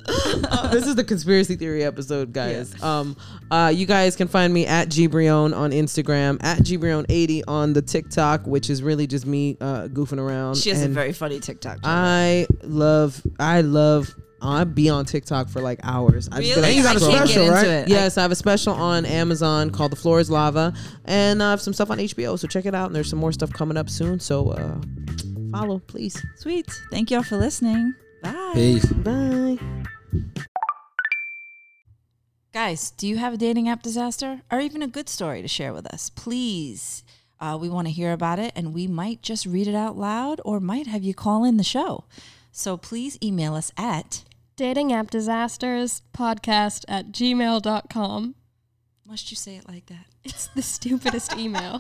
[SPEAKER 5] Uh, this is the conspiracy theory episode, guys. Um, uh, you guys can find me at Gbrion on Instagram, at Gbrion80 on the TikTok, which is really just me uh, goofing around.
[SPEAKER 3] she has a
[SPEAKER 5] And
[SPEAKER 3] very funny TikTok.
[SPEAKER 5] I love, I love. I be on TikTok for like hours. I
[SPEAKER 3] really,
[SPEAKER 4] you
[SPEAKER 3] I
[SPEAKER 4] got a
[SPEAKER 3] can't get
[SPEAKER 4] special,
[SPEAKER 3] into
[SPEAKER 4] right?
[SPEAKER 3] it.
[SPEAKER 5] Yes, I have a special on Amazon called The Floor is Lava, and I have some stuff on HBO, so check it out. And there's some more stuff coming up soon, so uh, follow, please.
[SPEAKER 3] Sweet. Thank y'all for listening. Bye.
[SPEAKER 5] Bye.
[SPEAKER 3] Guys, do you have a dating app disaster or even a good story to share with us? Please. Uh, we want to hear about it and we might just read it out loud or might have you call in the show. So please email us at
[SPEAKER 6] Dating app disasters podcast at gmail.com.
[SPEAKER 3] must you say it like that?
[SPEAKER 6] It's the stupidest email.